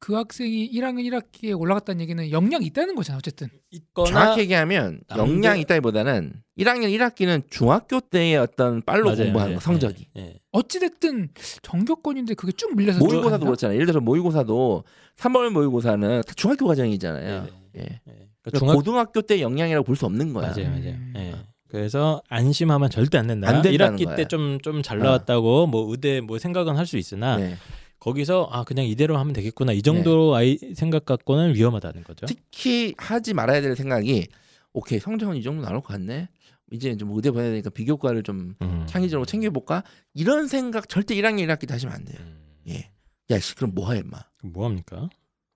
그 학생이 1학년 1학기에 올라갔다는 얘기는 영향 이 있다는 거잖아 어쨌든.
있거나
정확히 얘기하면
남들-
역량이 있다기보다는 1학년 1학기는 중학교 때의 어떤 빨로
맞아요.
공부하는
예,
거 성적이
예, 예.
어찌 됐든 정격권인데 그게 쭉 밀려서 쭉
모의고사도
간다?
그렇잖아요. 예를 들어서 모의고사도 3월 모의고사는 다 중학교 과정이잖아요.
네네.
예.
예.
그러니까
그러니까 중학
고등학교 때 역량이라고 볼 수 없는 거야. 네.
맞아요, 맞아요.
음.
예. 그래서 안심하면 절대 안 된다.
안 된다는
1학기
거야.
때 좀 좀 잘 나왔다고 뭐 의대 뭐 생각은 할 수 있으나
네.
거기서 아 그냥 이대로 하면 되겠구나 이 정도 아이 생각 갖고는 위험하다는 거죠.
특히 하지 말아야 될 생각이 오케이 성적은 이 정도 나올 것 같네. 이제 좀 의대 보내야 되니까 비교과를 좀
음.
창의적으로 챙겨볼까 이런 생각 절대 1학년 1학기 다시 하면 안 돼요.
음.
예, 야씨 그럼 뭐해 임마
그럼 뭐 합니까?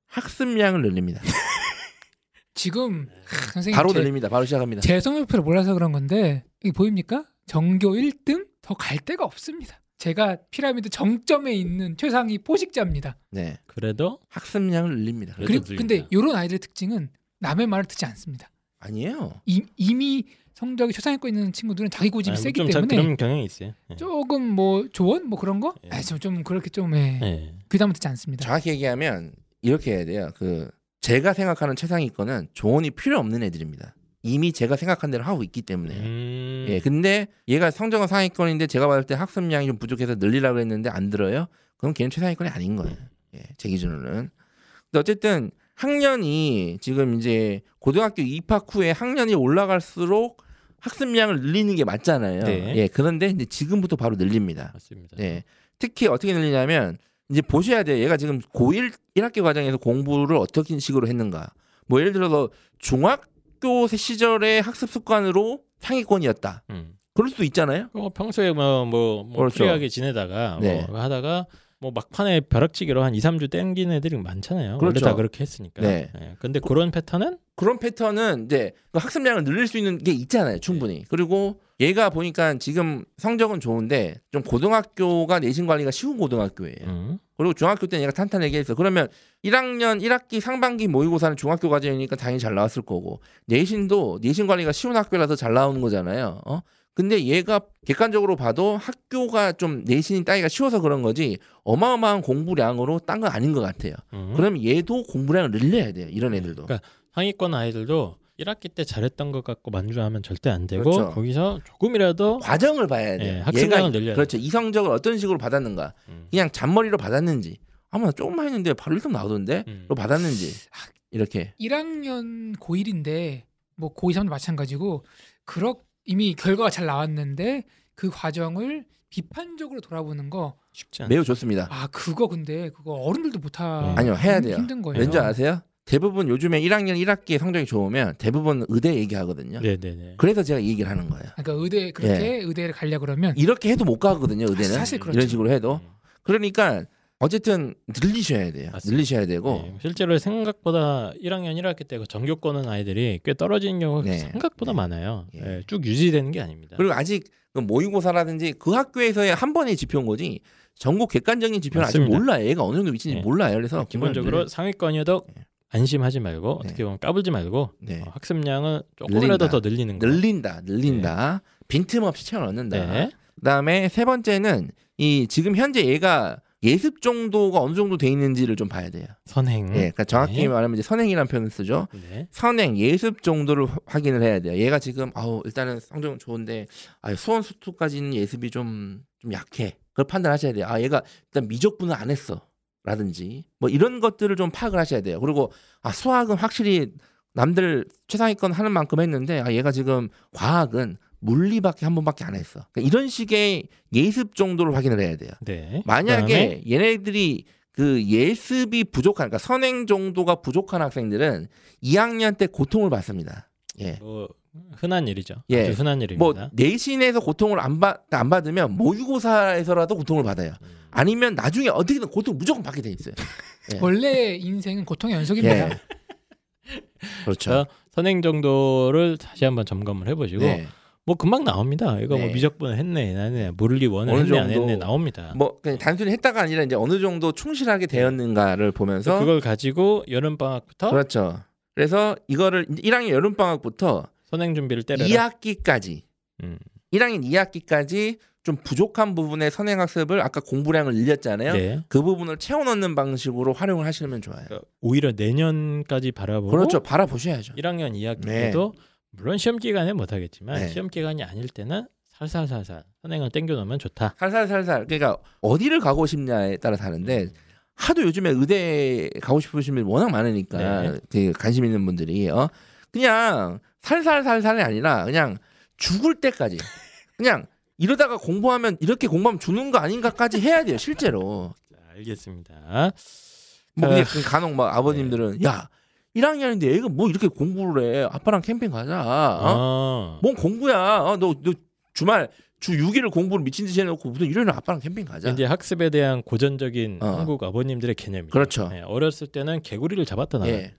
학습량을 늘립니다.
지금
네.
하, 선생님
바로
제,
늘립니다. 바로 시작합니다.
제 성적표를 몰라서 그런 건데 이게 보입니까? 전교 1등 더 갈 데가 없습니다. 제가 피라미드 정점에 있는 최상위 포식자입니다.
네,
그래도
학습량을 늘립니다.
그래?
그리고
들린다.
근데 이런 아이들의 특징은 남의 말을 듣지 않습니다.
아니에요.
이, 이미 성적이 최상위권 있는 친구들은 자기 고집이
아니,
세기
뭐좀
때문에
자- 그런 경향이 있어요. 예.
조금 뭐 조언 뭐 그런 거?
예.
아, 좀, 좀 그렇게 좀 예.
예.
귀담아 듣지 않습니다.
정확히 얘기하면 이렇게 해야 돼요. 그 제가 생각하는 최상위권은 조언이 필요 없는 애들입니다. 이미 제가 생각한 대로 하고 있기 때문에.
음.
예, 근데 얘가 성적은 상위권인데 제가 봤을 때 학습량이 좀 부족해서 늘리라고 했는데 안 들어요. 그럼 걔는 최상위권이 아닌 거예요. 예, 제 기준으로는. 근데 어쨌든 학년이 지금 이제 고등학교 입학 후에 학년이 올라갈수록 학습량을 늘리는 게 맞잖아요.
네.
예, 그런데 이제 지금부터 바로 늘립니다.
맞습니다.
예. 특히 어떻게 늘리냐면 이제 보셔야 돼요. 얘가 지금 고1 1학기 과정에서 공부를 어떻게 식으로 했는가. 뭐 예를 들어서 중학교 시절의 학습 습관으로 상위권이었다.
음.
그럴 수도 있잖아요.
어, 평소에 뭐, 뭐, 뭐
그렇죠.
프리하게 지내다가
네.
뭐 하다가 뭐 막판에 벼락치기로 한 2, 3주 땡기는 애들이 많잖아요.
그렇죠.
원래 다 그렇게 했으니까.
네.
예. 근데 그런 패턴은
그런 패턴은 이제 그 학습량을 늘릴 수 있는 게 있잖아요. 충분히. 그리고 얘가 보니까 지금 성적은 좋은데 좀 고등학교가 내신 관리가 쉬운 고등학교예요.
음.
그리고 중학교 때는 얘가 탄탄하게 했어. 그러면 1학년 1학기 상반기 모의고사는 중학교 과정이니까 당연히 잘 나왔을 거고 내신도 내신 관리가 쉬운 학교라서 잘 나오는 거잖아요. 어? 근데 얘가 객관적으로 봐도 학교가 좀 내신이 따기가 쉬워서 그런 거지 어마어마한 공부량으로 딴 건 아닌 것 같아요.
음.
그러면 얘도 공부량을 늘려야 돼요. 이런 애들도.
그러니까 상위권 아이들도 1학기 때 잘했던 것 같고 만족하면 절대 안 되고
그렇죠.
거기서 조금이라도
어. 과정을 봐야 돼요.
예, 학습량을
얘가
늘려야
그렇죠. 이 성적을 어떤 식으로 받았는가.
음.
그냥 잔머리로 받았는지 아마 나 조금만 했는데 바로 1등 나오던데
음.
로 받았는지 이렇게
1학년 고1인데 뭐 고2, 3도 마찬가지고 그렇 이미 결과가 잘 나왔는데 그 과정을 비판적으로 돌아보는 거 아
쉽지 않아요.
매우 좋습니다.
그거 근데 그거 어른들도 못하
음.
아니요, 해야 돼요.
힘든 거예요.
왠지 아세요? 대부분 요즘에 1학년 1학기에 성적이 좋으면 대부분 의대 얘기하거든요.
네, 네, 네.
그래서 제가 이 얘기를 하는 거예요.
그러니까 의대 그렇게 의대를 가려 그러면
이렇게 해도 못 가거든요, 의대는.
사실 그렇죠.
이런 식으로 해도.
음.
그러니까 어쨌든 늘리셔야 돼요.
맞습니다.
늘리셔야 되고.
네, 실제로 생각보다 1학년 1학기 때그 전교권은 아이들이 꽤 떨어지는 경우가
네.
생각보다
네.
많아요.
예.
예, 쭉 유지되는 게 아닙니다.
그리고 아직 그 모의고사라든지 그 학교에서의 한 번의 지표인 거지 전국 객관적인 지표는 아직
맞습니다.
몰라요. 얘가 어느 정도 위치인지
네.
몰라요. 그래서
기본적으로 상위권이어도
네.
안심하지 말고
네.
어떻게 보면 까불지 말고
네.
어, 학습량을 조금이라도
늘린다.
더 늘리는 거.
늘린다, 늘린다. 빈틈없이 채워 넣는다.
네.
그다음에 세 번째는 이 지금 현재 얘가 예습 정도가 어느 정도 돼 있는지를 좀 봐야 돼요.
선행.
예, 그러니까 정확히
네.
말하면 이제 선행이라는 표현을 쓰죠.
네.
선행 예습 정도를 화- 확인을 해야 돼요. 얘가 지금 아우 일단은 성적은 좋은데 아, 수원 수투까지는 예습이 좀, 좀 약해. 그걸 판단하셔야 돼요. 아 얘가 일단 미적분을 안 했어. 라든지 뭐 이런 것들을 좀 파악을 하셔야 돼요. 그리고 아 수학은 확실히 남들 최상위권 하는 만큼 했는데 아 얘가 지금 과학은 물리밖에 한 번밖에 안 했어. 그러니까 이런 식의 예습 정도를 확인을 해야 돼요.
네. 그다음에
만약에 얘네들이 그 예습이 부족한 그러니까 선행 정도가 부족한 학생들은 2학년 때 고통을 받습니다. 예.
뭐 흔한 일이죠.
예.
아주 흔한 일입니다.
뭐 내신에서 고통을 안, 받, 안 받으면 모의고사에서라도 고통을 받아요.
음.
아니면 나중에 어떻게든 고통 무조건 받게 돼 있어요. 예.
원래 인생은 고통의 연속입니다.
예. 그렇죠.
그래서 선행 정도를 다시 한번 점검을 해보시고
네.
뭐 금방 나옵니다. 이거
네.
뭐 미적분 했네, 안 했네, 물리 원을
어느
했네, 안
정도
했네 나옵니다.
뭐 그냥 단순히 했다가 아니라 이제 어느 정도 충실하게 되었는가를 보면서
네. 그래서 그걸 가지고 여름 방학부터
그렇죠. 그래서 이거를 1학년 여름 방학부터
선행 준비를 때려라.
2학기까지
음.
1학년 2학기까지 좀 부족한 부분의 선행학습을 아까 공부량을 늘렸잖아요.
네.
그 부분을 채워넣는 방식으로 활용을 하시면 좋아요.
그러니까 오히려 내년까지 바라보고
그렇죠. 바라보셔야죠.
1학년 2학기
네.
때도 물론 시험 기간에 못하겠지만
네.
시험 기간이 아닐 때는 살살살살 선행을 땡겨 놓으면 좋다.
살살살살. 그러니까 어디를 가고 싶냐에 따라
음.
다른데 하도 요즘에 의대 가고 싶으신 분이 워낙 많으니까
네.
되게 관심 있는 분들이 어? 그냥 살살살살이 아니라 그냥 죽을 때까지 그냥 이러다가 공부하면 이렇게 공부하면 죽는 거 아닌가까지 해야 돼요 실제로
자, 알겠습니다.
뭐
아.
그냥 그 간혹 막 아버님들은 야 1학년인데 애가 뭐 이렇게 공부를 해. 아빠랑 캠핑 가자. 어?
아.
뭔 공부야. 어, 너, 너 주말 주 6일을 공부를 미친 듯이 해놓고 무슨 일요일에 아빠랑 캠핑 가자.
이제 학습에 대한 고전적인
어.
한국 아버님들의 개념이죠.
그렇죠.
예, 어렸을 때는 개구리를 잡았다 나는.
예.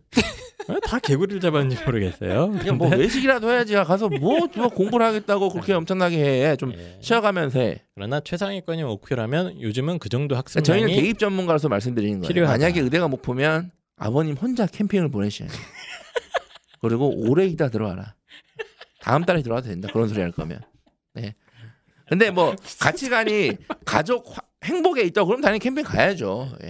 왜 다 개구리를 잡았는지 모르겠어요.
그냥 뭐 외식이라도 해야지. 가서 뭐, 뭐 공부를 하겠다고 그렇게 엄청나게 해. 좀
예.
쉬어가면서 해.
그러나 최상위권이 오큐라면 요즘은 그 정도
그러니까 저희는
학습량이
개입 전문가로서 말씀드리는 거예요.
필요하다.
만약에 의대가 못 보면 아버님 혼자 캠핑을 보내셔야 돼요. 그리고 오래 있다 들어와라. 다음 달에 들어와도 된다. 그런 소리 할 거면. 네. 근데 뭐 가치관이 가족 화- 행복에 있다 그럼 당연히 캠핑 가야죠. 예.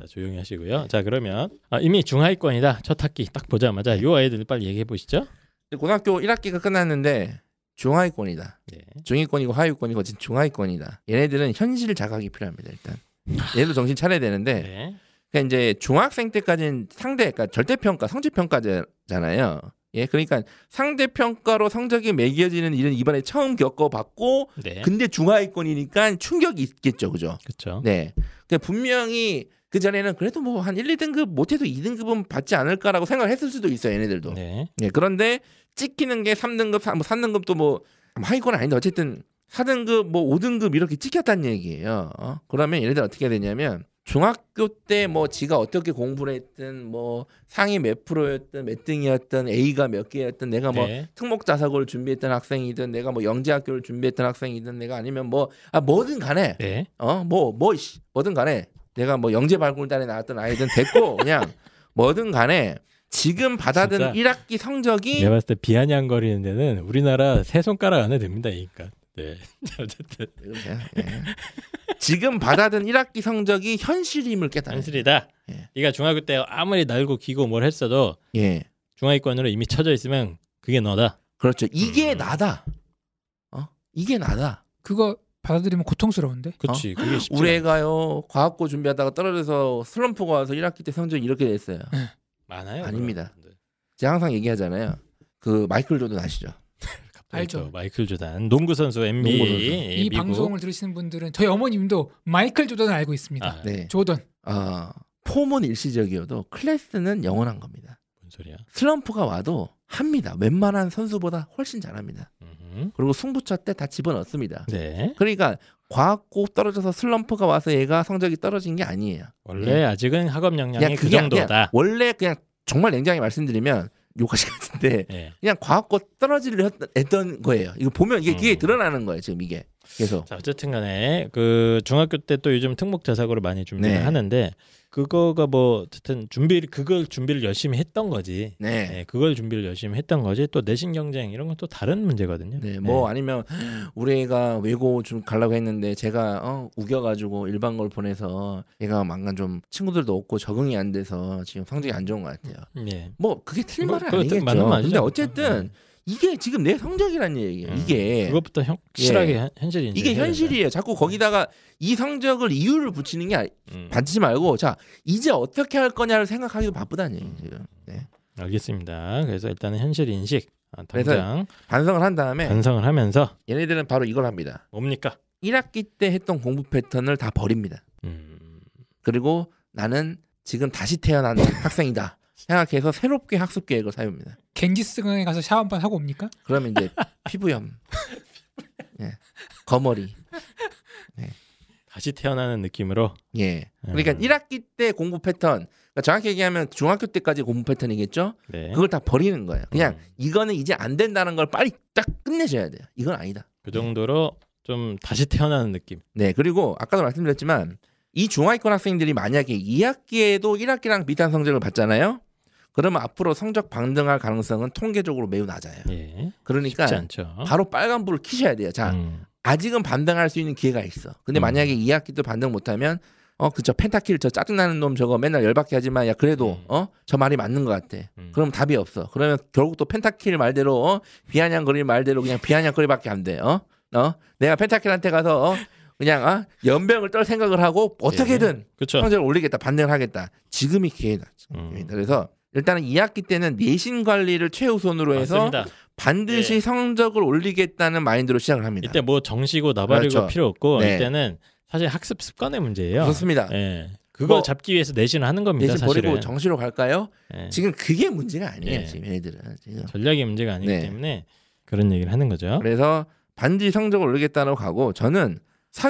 자, 조용히 하시고요. 자 그러면 아, 이미 중하위권이다. 첫 학기 딱 보자마자 요 아이들 빨리 얘기해 보시죠.
근데 고등학교 1학기가 끝났는데 중하위권이다.
네.
중위권이고 하위권이고 지금 중하위권이다. 얘네들은 현실 자각이 필요합니다. 일단 얘도 정신 차려야 되는데
네.
그러니까 이제 중학생 때까지는 상대, 그러니까 절대평가, 성적평가잖아요. 예, 그러니까 상대평가로 성적이 매겨지는 일은 이번에 처음 겪어봤고,
네.
근데 중하위권이니까 충격이 있겠죠, 그죠?
그렇죠.
네. 그러니까 분명히 그 전에는 그래도 뭐 한 1, 2등급 못해도 2등급은 받지 않을까라고 생각했을 수도 있어요, 얘네들도.
네.
예, 그런데 찍히는 게 3등급, 3, 뭐 3등급도 뭐 하위권 아닌데 어쨌든 4등급, 뭐 5등급 이렇게 찍혔다는 얘기예요. 어? 그러면 얘네들 어떻게 해야 되냐면 중학교 때 뭐 지가 어떻게 공부를 했든 뭐 상위 몇 프로였든 몇 등이었든 A가 몇 개였든 내가 뭐
네.
특목 자사고를 준비했던 학생이든 내가 뭐 영재학교를 준비했던 학생이든 내가 아니면 뭐 아 뭐든 간에
네.
어 뭐 뭐 씨 뭐든 간에 내가 뭐 영재 발굴단에 나왔던 아이든 됐고 그냥 뭐든 간에 지금 받아든
진짜. 네.
1학기 성적이
내가 봤을 때 비아냥거리는 데는 우리나라 세 손가락 안에 듭니다. 그러니까. 네. 어쨌든
이러세요. 예. 지금 받아든 1학기 성적이 현실임을 깨달아.
단순이다.
예.
네가 중학교 때 아무리 날고 기고 뭘 했어도
예.
중하위권으로 이미 쳐져 있으면 그게 너다.
그렇죠. 이게
음.
나다. 어? 이게 나다.
그거 받아들이면 고통스러운데.
그렇지. 그게 쉽지.
우리
어? 우리...
애가요. 과학고 준비하다가 떨어져서 슬럼프가 와서 1학기 때 성적이 이렇게 됐어요.
많아요.
아닙니다.
그런 분들.
제가 항상 얘기하잖아요. 그 마이클 조던 아시죠?
갑자기
알죠.
또 마이클 조단 농구 선수 NBA
농구 선수.
예,
이
미국.
방송을 들으시는 분들은 저희 어머님도 마이클 조던을 알고 있습니다.
아,
네.
조던.
어, 폼은 일시적이어도 클래스는 영원한 겁니다.
뭔 소리야?
슬럼프가 와도 합니다. 웬만한 선수보다 훨씬 잘합니다.
음흠.
그리고 승부차 때 다 집어넣습니다.
네.
그러니까 과학고 떨어져서 슬럼프가 와서 얘가 성적이 떨어진 게 아니에요.
원래 아직은 학업
그냥
역량이 그
그게 그냥
정도다.
원래 그냥 정말 냉정하게 말씀드리면 욕하실 것 같은데
예.
그냥 과학고 떨어지려 했던- 했던 거예요. 이거 보면 이게, 이게
음.
드러나는 거예요. 지금 이게 계속
자, 어쨌든 간에 그 중학교 때 또 요즘 특목 자사고를 많이 준비를
네.
하는데 그거가 뭐 어쨌든 준비 그걸 준비를 열심히 했던 거지.
네.
네, 그걸 준비를 열심히 했던 거지. 또 내신 경쟁 이런 건 또 다른 문제거든요.
네, 뭐 아니면 우리 애가 외고 좀 가려고 했는데 제가 어, 우겨가지고 일반 걸 보내서 얘가 막간 좀 친구들도 없고 적응이 안 돼서 지금 성적이 안 좋은 것 같아요.
예.
뭐 그게 틀린
뭐,
말은
그거
아니겠죠.
맞는 말이죠. 네.
근데 어쨌든 이게 지금 내 성적이라는 얘기예요.
음.
이게
그것부터 확실하게
예.
현- 현실이
이게 현실이에요. 자꾸 거기다가 이 성적을 이유를 붙이는 게 아니-
음,
받지 말고 자 이제 어떻게 할 거냐를 생각하기도 바쁘다는 얘기예요. 지금.
알겠습니다. 그래서 일단은 현실 인식 아,
그래서 예.
당장
반성을 한 다음에
반성을 하면서
얘네들은 바로 이걸 합니다.
뭡니까?
1학기 때 했던 공부 패턴을 다 버립니다.
음,
그리고 나는 지금 다시 태어난 학생이다 생각해서 새롭게 학습 계획을 세웁니다.
갱지스강에 가서 샤워 한 번 하고 옵니까?
그러면 이제 피부염, 예, 거머리,
다시 태어나는 느낌으로
예. 그러니까
음.
1학기 때 공부 패턴, 그러니까 정확히 얘기하면 중학교 때까지 공부 패턴이겠죠.
네.
그걸 다 버리는 거예요. 그냥
음.
이거는 이제 안 된다는 걸 빨리 딱 끝내셔야 돼요. 이건 아니다.
그 정도로 좀 다시 태어나는 느낌.
네. 그리고 아까도 말씀드렸지만 이 중하위권 학생들이 만약에 2학기에도 1학기랑 비슷한 성적을 받잖아요. 그러면 앞으로 성적 방등할 가능성은 통계적으로 매우 낮아요.
예.
그러니까
쉽지 않죠. 어?
바로 빨간불을 켜셔야 돼요. 자,
음.
아직은 반등할 수 있는 기회가 있어. 근데
음.
만약에 2학기도 반등 못하면 어 그저 펜타킬 저 짜증나는 놈 저거 맨날 열받게 하지만 야 그래도
음.
어 저 말이 맞는 것 같아.
음.
그럼 답이 없어. 그러면 결국 또 펜타킬 말대로 어 비아냥거리 말대로 그냥 비아냥거리밖에 안 돼. 어? 어? 내가 펜타킬한테 가서 어 그냥 어? 연병을 떨 생각을 하고 어떻게든
그렇죠.
성적을 올리겠다 반등을 하겠다. 지금이 기회다. 지금
음.
기회다. 그래서 일단은 2학기 때는 내신 관리를 최우선으로 해서
맞습니다.
반드시
예.
성적을 올리겠다는 마인드로 시작을 합니다.
이때 뭐 정시고 나발이고
그렇죠.
필요 없고
네.
이때는 사실 학습 습관의 문제예요.
그렇습니다.
예. 그걸
뭐,
잡기 위해서 내신을 하는 겁니다.
내신
사실은
버리고 정시로 갈까요?
예.
지금 그게 문제가 아니에요.
예. 그렇죠?
지금 얘네들은 지금.
전략의 문제가 아니기
네.
때문에 그런 얘기를 하는 거죠.
그래서 반드시 성적을 올리겠다고 가고 저는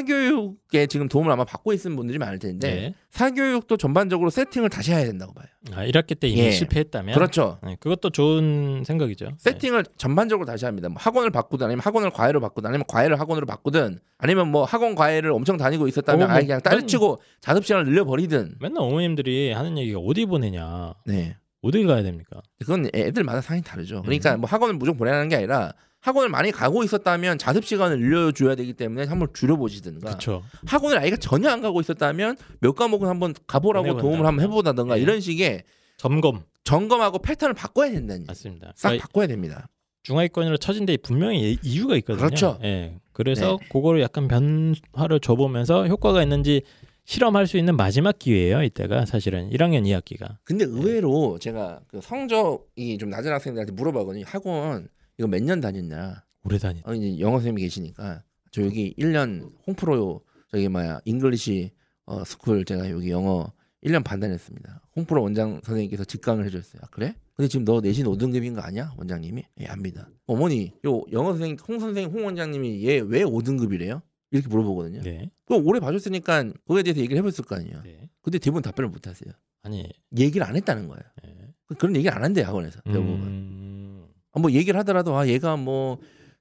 사교육에 지금 도움을 아마 받고 있는 분들이 많을 텐데
예.
사교육도 전반적으로 세팅을 다시 해야 된다고 봐요.
아, 1학기 때 이미
예.
실패했다면
그렇죠.
네, 그것도 좋은 생각이죠. 예.
세팅을 전반적으로 다시 합니다. 뭐 학원을 바꾸든 아니면 학원을 과외로 바꾸든 아니면 과외를 학원으로 바꾸든 아니면 뭐 학원 과외를 엄청 다니고 있었다면
어, 뭐,
아예 그냥
난-
딸치고 자습 시간을 늘려버리든
네. 맨날 어머님들이 하는 얘기가 어디 보내냐,
네
어딜 가야 됩니까?
그건 애들마다 상황이 다르죠. 그러니까
음.
뭐 학원을 무조건 보내는 게 아니라 학원을 많이 가고 있었다면 자습 시간을 늘려줘야 되기 때문에 한번 줄여보시든가
그렇죠.
학원을 아이가 전혀 안 가고 있었다면 몇 과목은 한번 가보라고 네.
해본다.
도움을 한번 해보다든가
예.
이런 식의
점검
점검하고 패턴을 바꿔야 된다는 얘기.
맞습니다.
싹
그러니까
바꿔야 됩니다.
중하위권으로 쳐진 데 분명히 예- 이유가 있거든요.
그렇죠. 네.
예. 그래서 그거를 약간 변화를 줘보면서 효과가 있는지 실험할 수 있는 마지막 기회예요. 이때가 사실은 1학년 2학기가
근데 의외로 제가 그 성적이 좀 낮은 학생들한테 물어봤거든요. 학원 이거 몇 년 다녔냐?
오래 다니.
어, 이제 영어 선생님이 계시니까 저 여기 1년 홍프로 저기 뭐야 잉글리시 어, 스쿨 제가 여기 영어 1년 반 다녔습니다. 홍프로 원장 선생님께서 직강을 해줬어요. 아, 그래? 근데 지금 너 내신 5등급인 거 아니야? 원장님이? 예, 압니다. 어머니, 요 영어 선생님 홍 선생님 홍 원장님이 얘 왜 5등급이래요? 이렇게 물어보거든요.
네.
그거 오래 봐줬으니까 그거에 대해서 얘기를 해봤을 거 아니에요.
네.
근데 대부분 답변을 못하세요.
아니.
얘기를 안 했다는 거예요.
예.
그런 얘기를 안 한대요 학원에서 대부분.
음,
아, 뭐 얘기를 하더라도 아 얘가 뭐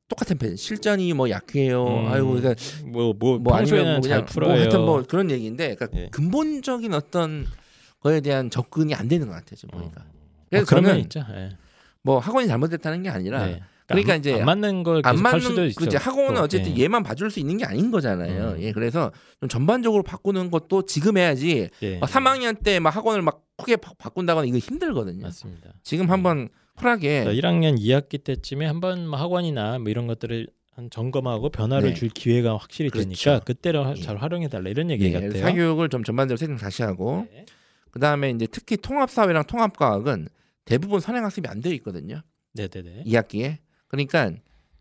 똑같은 편 실전이 뭐 약해요.
음.
아이고 그러니까
뭐, 뭐,
뭐
평소에는
아니면
잘
뭐 그냥 뭐
풀어요. 아,
하여튼 뭐 그런 얘기인데 그러니까
예.
근본적인 어떤 거에 대한 접근이 안 되는 것 같아요 지금 보니까.
아,
그래서
그런 면
저는
있죠. 예.
뭐 학원이 잘못됐다는 게 아니라
네.
그러니까
안,
이제
안 맞는 걸
안
계속 할 수도
맞는
있죠.
그렇지 학원은
또,
어쨌든
예.
얘만 봐줄 수 있는 게 아닌 거잖아요.
음.
예 그래서 좀 전반적으로 바꾸는 것도 지금 해야지
예.
막 3학년 때 막 학원을 막 크게 바, 바꾼다거나 이거 힘들거든요.
맞습니다.
지금 한번 쿨하게
그러니까 1학년 2학기 때쯤에 한번 뭐 학원이나 뭐 이런 것들을 한 점검하고 변화를
네.
줄 기회가 확실히
그렇죠.
되니까 그때를 하-
예.
잘 활용해 달라 이런 얘기
예,
같아요.
사교육을 좀 전반적으로 세팅 다시 하고
네.
그다음에 이제 특히 통합사회랑 통합과학은 대부분 선행학습이 안 되어 있거든요.
네네네.
2학기에. 그러니까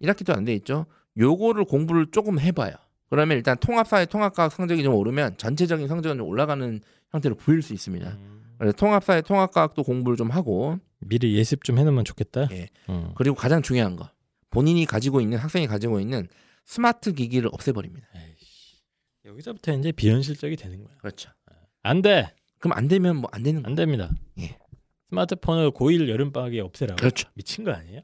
1학기도 안 돼 있죠. 요거를 공부를 조금 해봐요. 그러면 일단 통합사회 통합과학 성적이 좀 오르면 전체적인 성적은 좀 올라가는 형태로 보일 수 있습니다.
음,
그래서 통합사회 통합과학도 공부를 좀 하고
미리 예습 좀 해놓으면 좋겠다.
예.
음.
그리고 가장 중요한 거 본인이 가지고 있는 학생이 가지고 있는 스마트 기기를 없애버립니다.
에이씨. 여기서부터 이제 비현실적이 되는 거야.
그렇죠.
안 돼,
그럼 안 되면 뭐 안 되는
음.
거.
안 됩니다.
예.
스마트폰을 고1 여름 방학에 없애라고.
그렇죠.
미친 거 아니에요?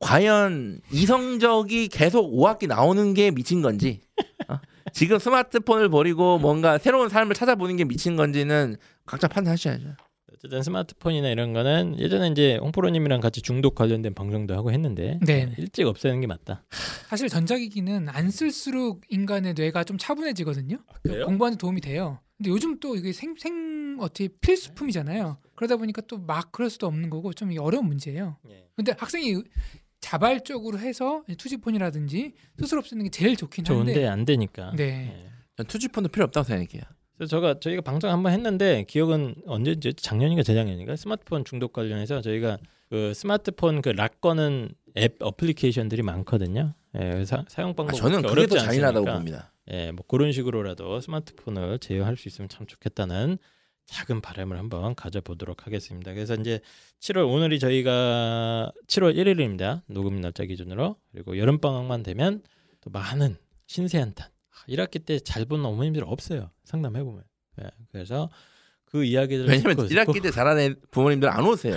과연 이성적이 계속 5학기 나오는 게 미친 건지 어? 지금 스마트폰을 버리고 뭔가 새로운 삶을 찾아보는 게 미친 건지는 각자 판단하셔야죠.
어쨌든 스마트폰이나 이런 거는 예전에 이제 홍프로님이랑 같이 중독 관련된 방송도 하고 했는데
네.
일찍 없애는 게 맞다.
사실 전자기기는 안 쓸수록 인간의 뇌가 좀 차분해지거든요.
그래요?
공부하는 데 도움이 돼요. 근데 요즘 또 이게 생, 생 어떻게 필수품이잖아요. 그러다 보니까 또 막 그럴 수도 없는 거고 좀 이게 어려운 문제예요.
예.
근데 학생이 자발적으로 해서 투지폰이라든지 스스로 쓰는 게 제일 좋긴 한데.
좋은데 안 되니까.
네.
예.
전 투지폰도 필요 없다고 생각해요. 아,
그래서 제가 저희가 방송 한번 했는데 기억은 언제인지 작년인가 재작년인가 스마트폰 중독 관련해서 저희가 그 스마트폰 그 락거는 앱 어플리케이션들이 많거든요. 예, 사, 용
아,
방법
저는 그게 더 잔인하다고 봅니다.
예, 뭐 그런 식으로라도 스마트폰을 제어할 수 있으면 참 좋겠다는 작은 바람을 한번 가져보도록 하겠습니다. 그래서 이제 7월 오늘이 저희가 7월 1일입니다. 녹음 날짜 기준으로 그리고 여름 방학만 되면 또 많은 신세 한탄. 1학기 때 잘 본 어머님들 없어요. 상담해 보면. 예, 그래서 그 이야기들을
왜냐면
듣고
1학기 때 잘하는 부모님들 안 오세요.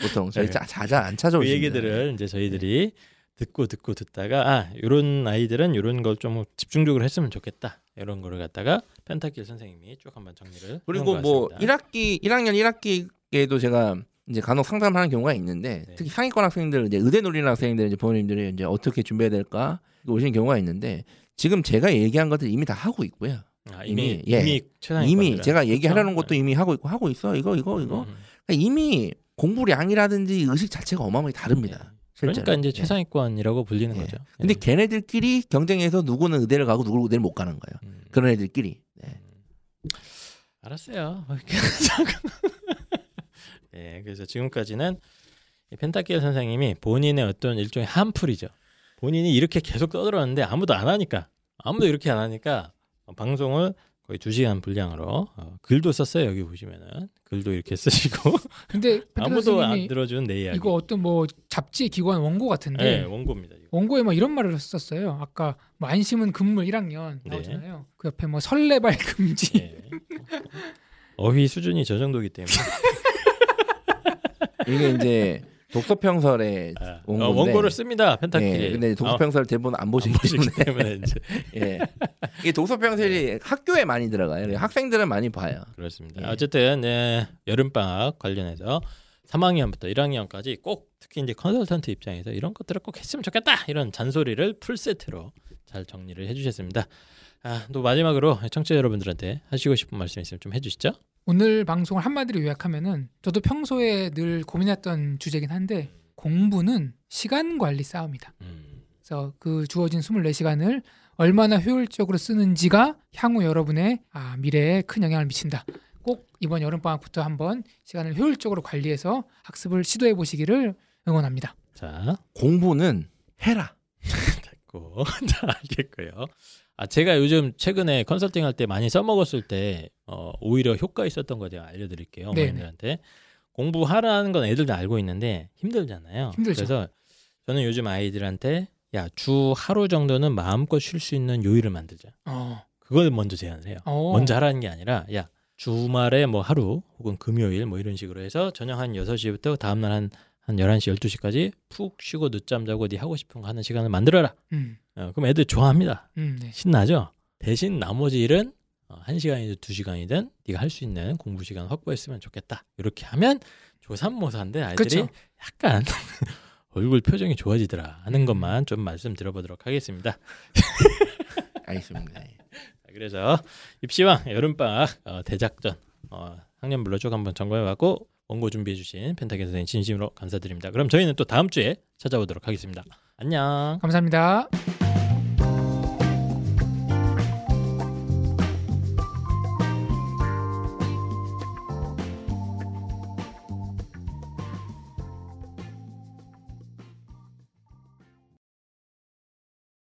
보통 저희
네.
자- 자자 안
그
찾아오시는 예.
얘기들을
네.
이제 저희들이 듣고 듣고 듣다가 아 이런 아이들은 이런 걸 좀 집중적으로 했으면 좋겠다 이런 거를 갖다가 펜타킬 선생님이 쭉 한번 정리를
그리고
해놓은
뭐
것 같습니다.
1학기 1학년 1학기에도 제가 이제 간혹 상담하는 경우가 있는데
네.
특히 상위권 학생들 이제 의대 놀이는 학생들 이제 부모님들이 이제 어떻게 준비해야 될까 오시는 경우가 있는데 지금 제가 얘기한 것들 이미 다 하고 있고요.
아, 이미
이미,
이미,
예.
최상위
이미
권이라.
제가 얘기하려는
그렇죠?
것도 이미 하고 있고 하고 있어 이거 이거
네.
이거
음,
그러니까 이미 공부량이라든지 의식 자체가 어마어마하게 다릅니다.
예.
실제로.
그러니까 이제
예.
최상위권이라고 불리는
예.
거죠.
근데
예.
걔네들끼리 경쟁해서 누구는 의대를 가고 누구는 의대를 못 가는 거예요.
음,
그런 애들끼리. 네.
알았어요. 예, 그래서 지금까지는 이 펜타킬 선생님이 본인의 어떤 일종의 한풀이죠. 본인이 이렇게 계속 떠들었는데 아무도 안 하니까 아무도 이렇게 안 하니까 방송을 거의 두 시간 분량으로 어, 글도 썼어요 여기 보시면은 글도 이렇게 쓰시고
근데
아무도 안
선생님이
들어준 내 이야기.
이거 어떤 뭐 잡지 기관 원고 같은데
네, 원고입니다. 이거.
원고에 막 이런 말을 썼어요. 아까 뭐 안심은 금물 1학년
네.
나오잖아요. 그 옆에 뭐 설레발 금지.
예. 어휘 수준이 저 정도기 때문에
이게 이제 독서평설에
아,
온
어,
건데.
원고를 씁니다 펜타킬이.
예, 근데
아,
독서평설 대본 안
안
보시기 때문에
보시기 때문에 이제
예. 이게 독서평설이 학교에 많이 들어가요. 학생들은 많이 봐요.
그렇습니다.
예.
어쨌든 예, 여름방학 관련해서 3학년부터 1학년까지 꼭 특히 이제 컨설턴트 입장에서 이런 것들을 꼭 했으면 좋겠다 이런 잔소리를 풀 세트로 잘 정리를 해주셨습니다. 아, 또 마지막으로 청취자 여러분들한테 하시고 싶은 말씀 있으면 좀 해주시죠.
오늘 방송을 한마디로 요약하면은 저도 평소에 늘 고민했던 주제긴 한데 공부는 시간 관리 싸움이다.
음,
그래서 그 주어진 24시간을 얼마나 효율적으로 쓰는지가 향후 여러분의 아, 미래에 큰 영향을 미친다. 꼭 이번 여름 방학부터 한번 시간을 효율적으로 관리해서 학습을 시도해 보시기를 응원합니다.
자,
공부는 해라.
됐고 다 알겠고요. 아 제가 요즘 최근에 컨설팅 할 때 많이 써먹었을 때 어, 오히려 효과 있었던 거 제가 알려드릴게요
네네.
어머님들한테 공부하라는 건 애들 다 알고 있는데 힘들잖아요.
힘들죠.
그래서 저는 요즘 아이들한테 야 주 하루 정도는 마음껏 쉴 수 있는 요일을 만들자.
어.
그걸 먼저 제안을 해요.
어.
먼저 하라는 게 아니라 야 주말에 뭐 하루 혹은 금요일 뭐 이런 식으로 해서 저녁 한 6시부터 다음 날 한 한 11시 12시까지 푹 쉬고 늦잠 자고 네 하고 싶은 거 하는 시간을 만들어라.
음.
어, 그럼 애들 좋아합니다.
음. 네.
신나죠. 대신 나머지 일은 어, 한 시간이든 두 시간이든 네가 할 수 있는 공부 시간 확보했으면 좋겠다. 이렇게 하면 조삼모사인데 아이들이
그쵸.
약간 얼굴 표정이 좋아지더라 하는 것만 좀 말씀드려보도록 하겠습니다.
알겠습니다. 예.
자, 그래서 입시왕 여름방학 어, 대작전 어, 학년별로 쭉 한번 점검해봤고 원고 준비해주신 펜타겐 선생님 진심으로 감사드립니다. 그럼 저희는 또 다음 주에 찾아오도록 하겠습니다. 안녕.
감사합니다.